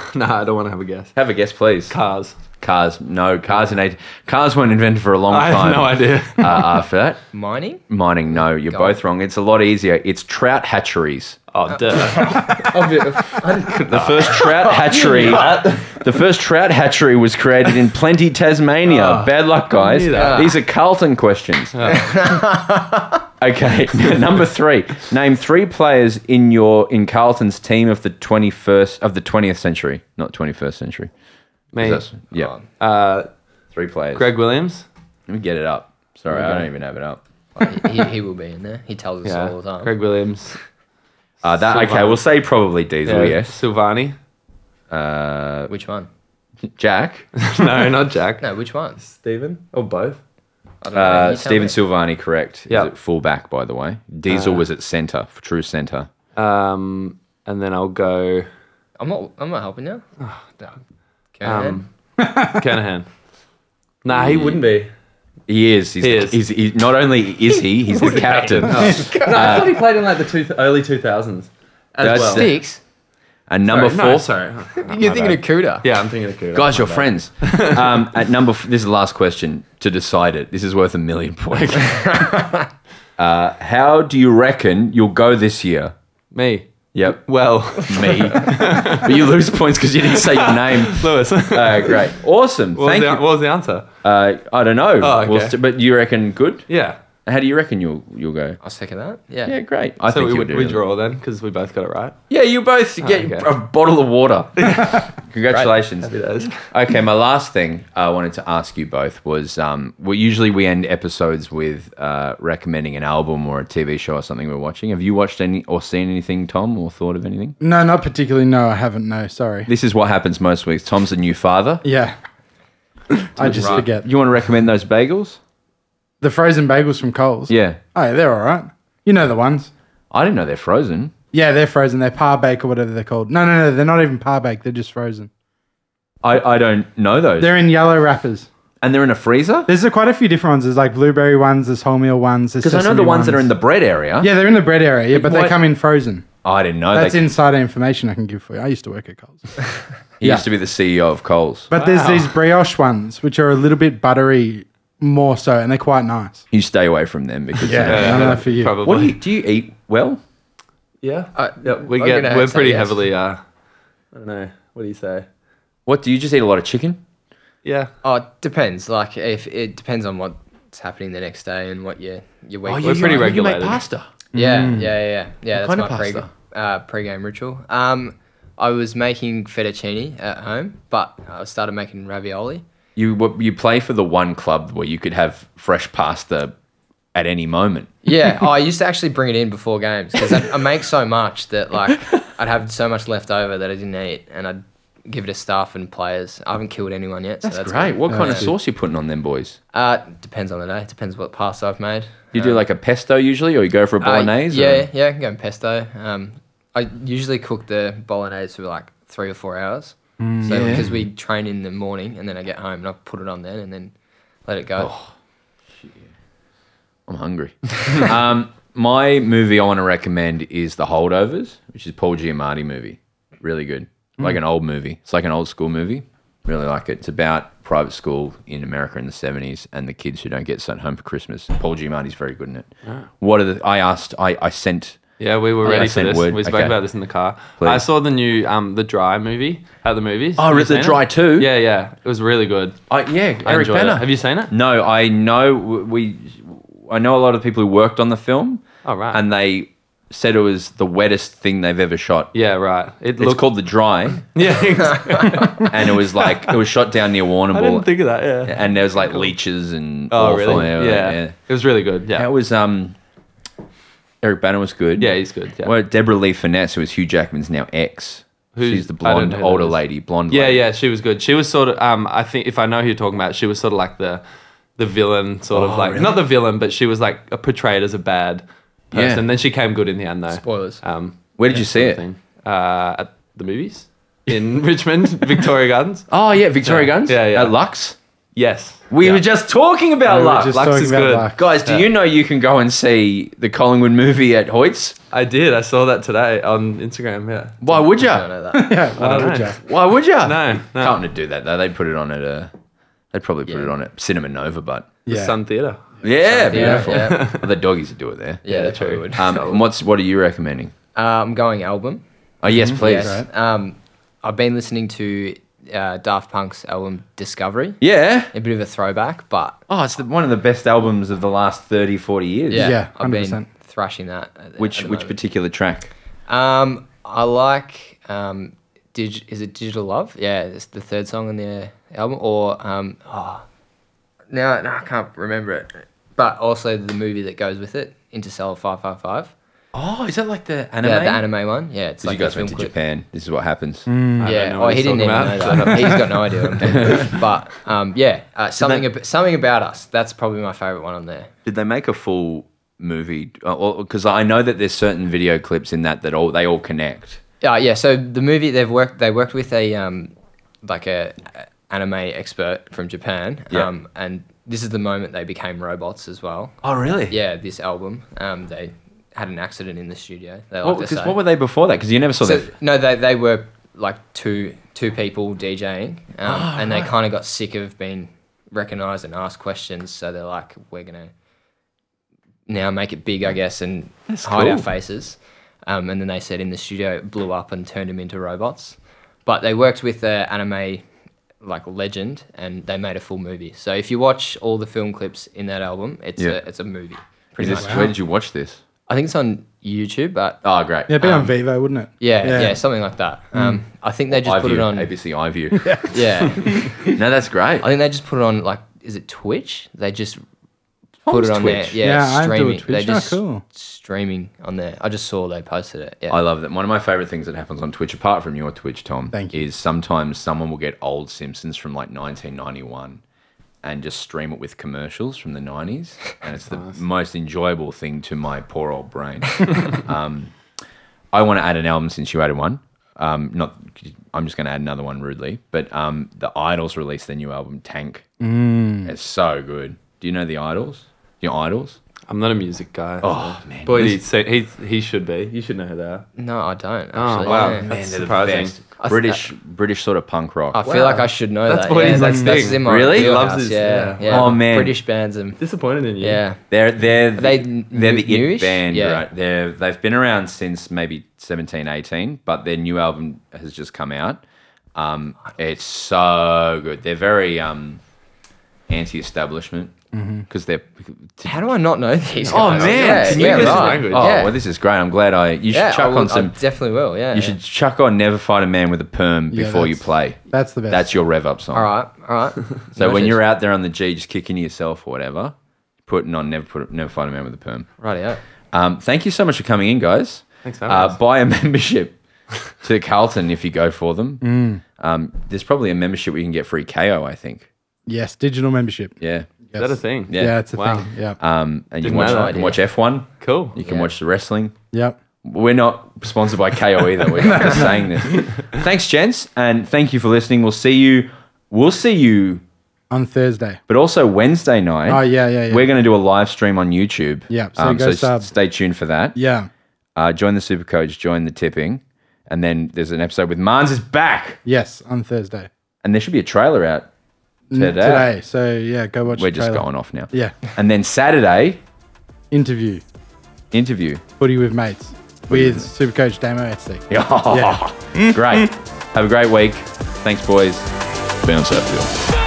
Speaker 12: (laughs) no, I don't want to have a guess.
Speaker 1: Have a guess, please.
Speaker 12: Cars.
Speaker 1: Cars, no. Cars in eight. Cars weren't invented for a long
Speaker 12: I
Speaker 1: time.
Speaker 12: have no (laughs) idea.
Speaker 1: (laughs) Uh, after that,
Speaker 11: Mining?
Speaker 1: mining. No, you're
Speaker 11: Go
Speaker 1: both
Speaker 11: on.
Speaker 1: wrong. It's a lot easier. It's trout hatcheries.
Speaker 12: Oh, duh. (laughs) Oh,
Speaker 1: The first trout hatchery. the first trout hatchery was created in Plenty, Tasmania. Bad luck, guys.
Speaker 12: Oh, knew that. Oh.
Speaker 1: These are Carlton questions. (laughs) okay, number three. Name three players in your in Carlton's team of the twenty first of the twentieth century, not twenty first century.
Speaker 12: Me.
Speaker 1: That's- yeah,
Speaker 12: Uh,
Speaker 1: three players.
Speaker 12: Greg Williams.
Speaker 1: let me get it up. Sorry, I don't even have it up.
Speaker 11: he, he will be in there. He tells us all the time.
Speaker 12: Greg Williams.
Speaker 1: Uh, that okay.
Speaker 12: Silvani.
Speaker 1: We'll say probably Diesel.
Speaker 12: Yeah,
Speaker 1: Yes.
Speaker 12: Silvani. (laughs)
Speaker 1: Uh,
Speaker 11: Which one?
Speaker 1: Jack.
Speaker 12: (laughs)
Speaker 1: (laughs)
Speaker 12: no, not Jack.
Speaker 11: No, which one?
Speaker 12: Stephen. Or both.
Speaker 11: I don't know.
Speaker 1: Uh,
Speaker 11: You tell
Speaker 1: Steven
Speaker 11: me.
Speaker 1: Silvani, correct.
Speaker 12: Yeah. Uh.
Speaker 1: Is at fullback, by the way. Diesel was at centre, f- true centre.
Speaker 12: Um, and then I'll go
Speaker 11: (sighs) I'm not. I'm not helping you. Oh, dog. Go ahead.
Speaker 12: (laughs) um, Kernahan. um, Nah, he wouldn't be.
Speaker 1: He is. He's,
Speaker 12: He
Speaker 1: the-
Speaker 12: is.
Speaker 1: He's, he's not only is he,
Speaker 12: (laughs)
Speaker 1: he's the captain.
Speaker 12: (laughs) no, I thought he played in like the two, early 2000s. As
Speaker 1: That's
Speaker 12: well.
Speaker 1: six. And number
Speaker 12: Sorry, no,
Speaker 1: four.
Speaker 12: sorry.
Speaker 11: You're thinking of Cuda.
Speaker 12: Yeah, I'm thinking of Kuda.
Speaker 1: Guys,
Speaker 12: My
Speaker 1: you're
Speaker 12: bad. (laughs)
Speaker 1: friends. um, at number, f- this is the last question to decide it. This is worth a million points. (laughs) uh, how do you reckon you'll go this year?
Speaker 12: Me.
Speaker 1: Yep.
Speaker 12: Well, (laughs)
Speaker 1: me. but you lose points because you didn't say your name,
Speaker 12: Lewis. (laughs)
Speaker 1: Uh, great. Awesome.
Speaker 12: What was,
Speaker 1: Thank
Speaker 12: the,
Speaker 1: you.
Speaker 12: what was the answer?
Speaker 1: Uh, I don't know.
Speaker 12: Oh, okay.
Speaker 1: We'll st- but you reckon good?
Speaker 12: Yeah.
Speaker 1: How do you reckon you'll you'll go?
Speaker 11: I'll second that. Yeah.
Speaker 1: Yeah, great. I
Speaker 12: so
Speaker 1: think
Speaker 12: we,
Speaker 1: you'll
Speaker 12: would-
Speaker 1: do
Speaker 12: we
Speaker 1: it.
Speaker 12: draw then because we both got it right.
Speaker 1: Yeah, you both get
Speaker 12: okay.
Speaker 1: a bottle of
Speaker 12: (laughs)
Speaker 1: water. Congratulations.
Speaker 12: Happy days.
Speaker 1: Okay, my last thing I wanted to ask you both was um, well, usually we end episodes with uh, recommending an album or a TV show or something we're watching. Have you watched any or seen anything, Tom, or thought of anything?
Speaker 3: No, not particularly. No, I haven't. No, sorry.
Speaker 1: This is what happens most weeks. Tom's a new father.
Speaker 3: Yeah. I just forget.
Speaker 1: You want to recommend those bagels?
Speaker 3: The frozen bagels from Coles.
Speaker 1: Yeah.
Speaker 3: Oh, they're all right. You know the ones.
Speaker 1: I didn't know they're frozen.
Speaker 3: Yeah, they're frozen. They're par bake or whatever they're called. No, no, no. They're not even par bake. They're just frozen.
Speaker 1: I, I don't know those.
Speaker 3: They're in yellow wrappers.
Speaker 1: and they're in a freezer?
Speaker 3: There's uh, quite a few different ones. There's like blueberry ones. There's wholemeal ones. Because
Speaker 1: Because I know the ones, that are in the bread area.
Speaker 3: Yeah, they're in the bread area. Yeah, but
Speaker 1: Why-
Speaker 3: they come in frozen.
Speaker 1: I didn't know.
Speaker 3: That's
Speaker 1: they,
Speaker 3: insider information I can give for you. I used to work at Coles.
Speaker 1: he
Speaker 3: yeah.
Speaker 1: used to be the CEO of Coles.
Speaker 3: But there's these brioche ones, which are a little bit buttery more so, and they're quite nice.
Speaker 1: You stay away from them because uh,
Speaker 3: Yeah, I don't know for you.
Speaker 12: Probably.
Speaker 1: What do you do? You eat well?
Speaker 12: yeah.
Speaker 11: Uh,
Speaker 12: yeah. We
Speaker 11: I'm
Speaker 12: get,
Speaker 11: gonna
Speaker 12: we're
Speaker 11: say
Speaker 12: pretty
Speaker 11: yes.
Speaker 12: heavily, uh, I don't know. What do you say?
Speaker 1: What do you just eat a lot of chicken?
Speaker 12: Yeah.
Speaker 11: Oh, it depends. Like if it depends on what's happening the next day and what your your
Speaker 1: Oh,
Speaker 11: week.
Speaker 12: We're pretty regulated.
Speaker 1: pasta.
Speaker 11: Yeah, yeah, yeah, yeah. yeah
Speaker 1: Mm. What
Speaker 11: that's
Speaker 1: kind
Speaker 11: my
Speaker 1: of
Speaker 11: pre
Speaker 1: pasta?
Speaker 11: uh, pre-game ritual. Um, I was making fettuccine at home, but I started making ravioli.
Speaker 1: You what- you play for the one club where you could have fresh pasta at any moment. (laughs)
Speaker 11: Yeah, oh, I used to actually bring it in before games because I, I make so much that
Speaker 1: (laughs)
Speaker 11: like I'd have so much left over that I didn't eat, and I'd give it to staff and players. I haven't killed anyone yet, so
Speaker 1: That's,
Speaker 11: that's
Speaker 1: great.
Speaker 11: good.
Speaker 1: What kind of sauce you putting on them, boys?
Speaker 11: Uh, depends on the day. Depends what pasta I've made.
Speaker 1: You
Speaker 12: Uh,
Speaker 1: do like a pesto usually, or you go for a
Speaker 11: Uh,
Speaker 1: bolognese?
Speaker 11: yeah,
Speaker 1: or-
Speaker 11: yeah, I can go in pesto. Um, I usually cook the bolognese for like three or four hours.
Speaker 1: Mm,
Speaker 11: so because we train in the morning and then I get home and I put it on then and then let it go.
Speaker 1: I'm hungry. (laughs) um, my movie I want to recommend is The Holdovers, which is Paul Giamatti movie. Really good. Like an old movie. It's like an old school movie. Really like it. It's about private school in America in the 70s and the kids who don't get sent home for Christmas. Paul Giamatti's very good in it.
Speaker 12: Ah.
Speaker 1: What are the I asked I, I sent
Speaker 12: Oh, Yeah, we were
Speaker 1: Yeah,
Speaker 12: ready for
Speaker 1: same
Speaker 12: this.
Speaker 1: word.
Speaker 12: We spoke
Speaker 1: Okay.
Speaker 12: about this in the car.
Speaker 1: Please.
Speaker 12: I saw the new um the Dry movie at the movies.
Speaker 1: Oh,
Speaker 12: Have you
Speaker 1: is it
Speaker 12: seen
Speaker 1: Dry too?
Speaker 12: Yeah, yeah. It was really good.
Speaker 1: I, yeah,
Speaker 12: I
Speaker 1: Eric
Speaker 12: enjoyed it.
Speaker 1: Banner.
Speaker 12: Have you seen it?
Speaker 1: No, I know w- we. I know a lot of people who worked on the film.
Speaker 12: Oh, right.
Speaker 1: And they said it was the wettest thing they've ever shot.
Speaker 12: Yeah, right. It
Speaker 1: It's
Speaker 12: looked
Speaker 1: called the dry,
Speaker 12: (laughs) Yeah, exactly.
Speaker 1: and it was like it was shot down near
Speaker 12: (laughs) I
Speaker 1: Warrnambool,
Speaker 12: didn't think of that. Yeah.
Speaker 1: and there was like leeches and
Speaker 12: Oh,
Speaker 1: awful-
Speaker 12: really? Yeah, It was really good.
Speaker 1: That
Speaker 12: Yeah.
Speaker 1: was um. Eric Banner was good.
Speaker 12: Yeah, he's good. Yeah.
Speaker 1: Well, Deborah Lee Finesse, who is Hugh Jackman's now ex.
Speaker 12: Who's-
Speaker 1: She's the
Speaker 12: I don't
Speaker 1: blonde
Speaker 12: know who that
Speaker 1: older
Speaker 12: is.
Speaker 1: lady, blonde.
Speaker 12: yeah,
Speaker 1: lady.
Speaker 12: yeah, she was good. She was sort of um I think if I know who you're talking about, she was sort of like the the villain sort
Speaker 1: Oh,
Speaker 12: of like not the villain, but she was like portrayed as a bad person.
Speaker 1: Yeah.
Speaker 12: Then she came good in the end though.
Speaker 11: Spoilers.
Speaker 12: Um
Speaker 1: Where did you see it?
Speaker 12: sort of thing. Uh at the movies?
Speaker 1: (laughs)
Speaker 12: In (laughs) Richmond, Victoria Gardens.
Speaker 1: Oh yeah, Victoria
Speaker 12: Yeah.
Speaker 1: Guns.
Speaker 12: Yeah, yeah.
Speaker 1: At Lux.
Speaker 12: Yes.
Speaker 1: We
Speaker 12: Yeah.
Speaker 1: were just talking about
Speaker 3: We were
Speaker 1: Lux.
Speaker 3: just
Speaker 12: Lux
Speaker 3: talking
Speaker 12: is
Speaker 3: about
Speaker 12: good.
Speaker 3: Lux.
Speaker 1: Guys, do you know you can go and see the Collingwood movie at Hoyts?
Speaker 12: I did. I saw that today on Instagram. Yeah.
Speaker 1: Why would you?
Speaker 11: I don't know
Speaker 3: (laughs)
Speaker 11: that.
Speaker 3: Yeah, why
Speaker 12: don't
Speaker 3: would
Speaker 12: know.
Speaker 3: ya?
Speaker 1: Why would Ah, you?
Speaker 12: No, no.
Speaker 1: Carlton would do that though. They'd put it on at a. They'd probably put it on at Cinema Nova, but
Speaker 12: The
Speaker 3: Yeah.
Speaker 12: Sun Theatre.
Speaker 1: yeah,
Speaker 11: Yeah,
Speaker 1: beautiful.
Speaker 11: yeah,
Speaker 1: (laughs) the doggies would do it there.
Speaker 11: yeah, that's
Speaker 12: true.
Speaker 11: true.
Speaker 1: Um, (laughs) and what's what are you recommending?
Speaker 11: Uh, I'm going album.
Speaker 1: Oh yes, please.
Speaker 11: Yes. Um, I've been listening to uh, Daft Punk's album Discovery.
Speaker 1: Yeah.
Speaker 11: A bit of a throwback, but
Speaker 1: Oh, it's the, one of the best albums of the last 30, 40 years.
Speaker 11: yeah,
Speaker 3: Yeah,
Speaker 11: I've
Speaker 3: 100%.
Speaker 11: been thrashing that. uh, at the-
Speaker 1: Which
Speaker 11: at the
Speaker 1: which
Speaker 11: moment.
Speaker 1: particular track?
Speaker 11: Um, I like um, dig- is it Digital Love? Yeah, it's the third song on the album. Or um, oh, now no, I can't remember it. But also the movie that goes with it, Interstellar Five Five Five.
Speaker 1: Oh, is that like the anime?
Speaker 11: Yeah, the anime one. Yeah, it's
Speaker 1: 'Cause
Speaker 11: like
Speaker 1: you guys
Speaker 11: a
Speaker 1: went to
Speaker 11: film clip.
Speaker 1: Japan. This is what happens.
Speaker 12: I
Speaker 11: Yeah,
Speaker 12: don't know
Speaker 11: oh,
Speaker 12: what
Speaker 11: he
Speaker 12: he's
Speaker 11: didn't even
Speaker 12: talking
Speaker 11: know that. He's got no idea. What I'm doing.
Speaker 12: (laughs)
Speaker 11: but um, yeah, uh, something ab- something about us. That's probably my favorite one on there.
Speaker 1: Did they make a full movie? Because I know that there's certain video clips in that that all they all connect.
Speaker 11: Uh, Yeah, yeah. So the movie they've worked they worked with a um, like a anime expert from Japan.
Speaker 1: Yeah.
Speaker 11: Um, and this is the moment they became robots as well.
Speaker 1: Oh, really?
Speaker 11: Yeah, this album. Um, they had an accident in the studio. They like
Speaker 1: What,
Speaker 11: to
Speaker 1: Oh, 'cause
Speaker 11: say.
Speaker 1: what were they before that? Because you never saw
Speaker 11: So-
Speaker 1: them.
Speaker 11: No, they, they were like two two people DJing, um,
Speaker 1: Oh,
Speaker 11: and they
Speaker 1: right.
Speaker 11: kind of got sick of being recognised and asked questions. So they're like, we're gonna now make it big, I guess, and
Speaker 1: That's
Speaker 11: hide our
Speaker 1: cool.
Speaker 11: faces. Um, and then they said in the studio it blew up and turned them into robots. But they worked with the anime like legend, and they made a full movie. So if you watch all the film clips in that album, it's
Speaker 1: Yeah.
Speaker 11: a it's a movie.
Speaker 1: Is
Speaker 11: Pretty
Speaker 1: this,
Speaker 11: much.
Speaker 1: Where did you watch this?
Speaker 11: I think it's on YouTube, but
Speaker 1: oh great,
Speaker 3: Yeah, it'd be
Speaker 11: Um,
Speaker 3: on Vivo, wouldn't it?
Speaker 11: yeah, yeah, something like that. Um, I think they just put it
Speaker 1: Hmm. iView,
Speaker 11: on. (laughs)
Speaker 1: ABC iView. (laughs)
Speaker 11: Yeah,
Speaker 1: no, that's great.
Speaker 11: I think they just put it on. Like, is it Twitch? They just
Speaker 1: Oh,
Speaker 11: put
Speaker 1: it's
Speaker 11: it on there.
Speaker 1: Twitch.
Speaker 11: Yeah,
Speaker 1: Yeah,
Speaker 11: it's
Speaker 1: I do a
Speaker 11: streaming. They
Speaker 1: Twitch. Oh,
Speaker 11: just
Speaker 1: cool.
Speaker 11: streaming on there. I just saw they posted it. Yeah,
Speaker 1: I love that. One of my favorite things that happens on Twitch, apart from your Twitch, Tom, Thank you. is sometimes someone will get old Simpsons from like 1991 and just stream it with commercials from the 90s. (laughs) And it's the most enjoyable thing to my poor old brain. (laughs) um, I want to add an album since you added one. Um, not, I'm just going to add another one rudely. But um, the Idols released their new album, Tank.
Speaker 12: Mm.
Speaker 1: It's so good. Do you know the Idols? Your Idols?
Speaker 12: I'm not a music guy.
Speaker 1: Oh, man.
Speaker 12: Boy,
Speaker 1: This-
Speaker 12: he, said- he, he should be. You should know who they are.
Speaker 11: No, I don't.
Speaker 12: Oh,
Speaker 11: actually.
Speaker 12: wow.
Speaker 11: Yeah.
Speaker 1: Man,
Speaker 12: Man, That's
Speaker 1: they're
Speaker 12: surprising.
Speaker 1: the best. British, British sort of punk rock.
Speaker 11: I feel like I should know
Speaker 1: That's
Speaker 11: that.
Speaker 1: what
Speaker 11: yeah,
Speaker 1: he's
Speaker 11: that's,
Speaker 1: like
Speaker 11: that's
Speaker 1: thinking.
Speaker 11: in my
Speaker 1: Really?
Speaker 11: wheelhouse,
Speaker 1: Loves his-
Speaker 11: yeah,
Speaker 1: yeah. Oh, man.
Speaker 11: British bands and
Speaker 12: disappointed in you.
Speaker 11: Yeah,
Speaker 1: They're they're
Speaker 11: they
Speaker 1: they're the
Speaker 11: newish?
Speaker 1: it band,
Speaker 11: Yeah.
Speaker 1: right? They're they've been around since maybe 17, 18, but their new album has just come out. Um, it's so good. They're very um, anti-establishment
Speaker 11: Mhm.
Speaker 1: because they're.
Speaker 11: How do I not know these?
Speaker 1: Oh
Speaker 11: guys?
Speaker 1: man,
Speaker 11: yeah,
Speaker 1: Can you
Speaker 11: yeah,
Speaker 1: listen-
Speaker 11: right.
Speaker 1: Oh
Speaker 11: yeah.
Speaker 1: well, this is great. I'm glad I. You should
Speaker 11: Yeah, I
Speaker 1: chuck
Speaker 11: will- uh,
Speaker 1: on some.
Speaker 11: I definitely will. Yeah,
Speaker 1: you
Speaker 11: yeah.
Speaker 1: should chuck on "Never Fight a Man with a Perm"
Speaker 11: Yeah,
Speaker 1: before you
Speaker 11: that's-
Speaker 1: play.
Speaker 11: that's the best.
Speaker 1: That's your rev up song.
Speaker 11: All right, all right.
Speaker 1: (laughs) So when
Speaker 11: Noted.
Speaker 1: you're out there on the G, just kicking yourself or whatever, putting on never put never find a man with a perm.
Speaker 11: Right, yeah.
Speaker 1: Um, thank you so much for coming in, guys.
Speaker 11: Thanks for having
Speaker 1: uh, Buy a (laughs) membership to Carlton if you go for them.
Speaker 3: Mm.
Speaker 1: Um, there's probably a membership where you can get free KO. I think.
Speaker 3: Yes, digital membership.
Speaker 1: Yeah.
Speaker 3: Yes. that a thing? Yeah, it's a thing, yeah.
Speaker 1: Um, and you
Speaker 3: Didn't
Speaker 1: can watch,
Speaker 3: know that.
Speaker 1: you can watch F1.
Speaker 12: Cool.
Speaker 1: You can watch the wrestling.
Speaker 3: Yep.
Speaker 1: We're not sponsored by KO
Speaker 3: (laughs)
Speaker 1: either. We're just saying this. Thanks, gents, and thank you for listening. We'll see you. We'll see you
Speaker 3: On Thursday.
Speaker 1: But also Wednesday night.
Speaker 3: Oh, yeah, yeah, yeah.
Speaker 1: We're going to do a live stream on YouTube.
Speaker 3: Yeah, so go
Speaker 1: s-
Speaker 3: sub.
Speaker 1: stay tuned for that.
Speaker 3: Yeah.
Speaker 1: Uh, join the super coach. Join the tipping, and then there's an episode with Marnes is back,
Speaker 3: Yes, on Thursday.
Speaker 1: and there should be a trailer out
Speaker 3: N-
Speaker 1: today.
Speaker 3: Today. So yeah, go watch.
Speaker 1: We're
Speaker 3: the
Speaker 1: just
Speaker 3: trailer.
Speaker 1: going off now.
Speaker 3: Yeah.
Speaker 1: and then Saturday
Speaker 3: Interview.
Speaker 1: interview.
Speaker 3: Footy with mates. With Supercoach Damo Etzik.
Speaker 1: (laughs) Yeah. great. Have a great week. Thanks, boys. Bounce up, Phil.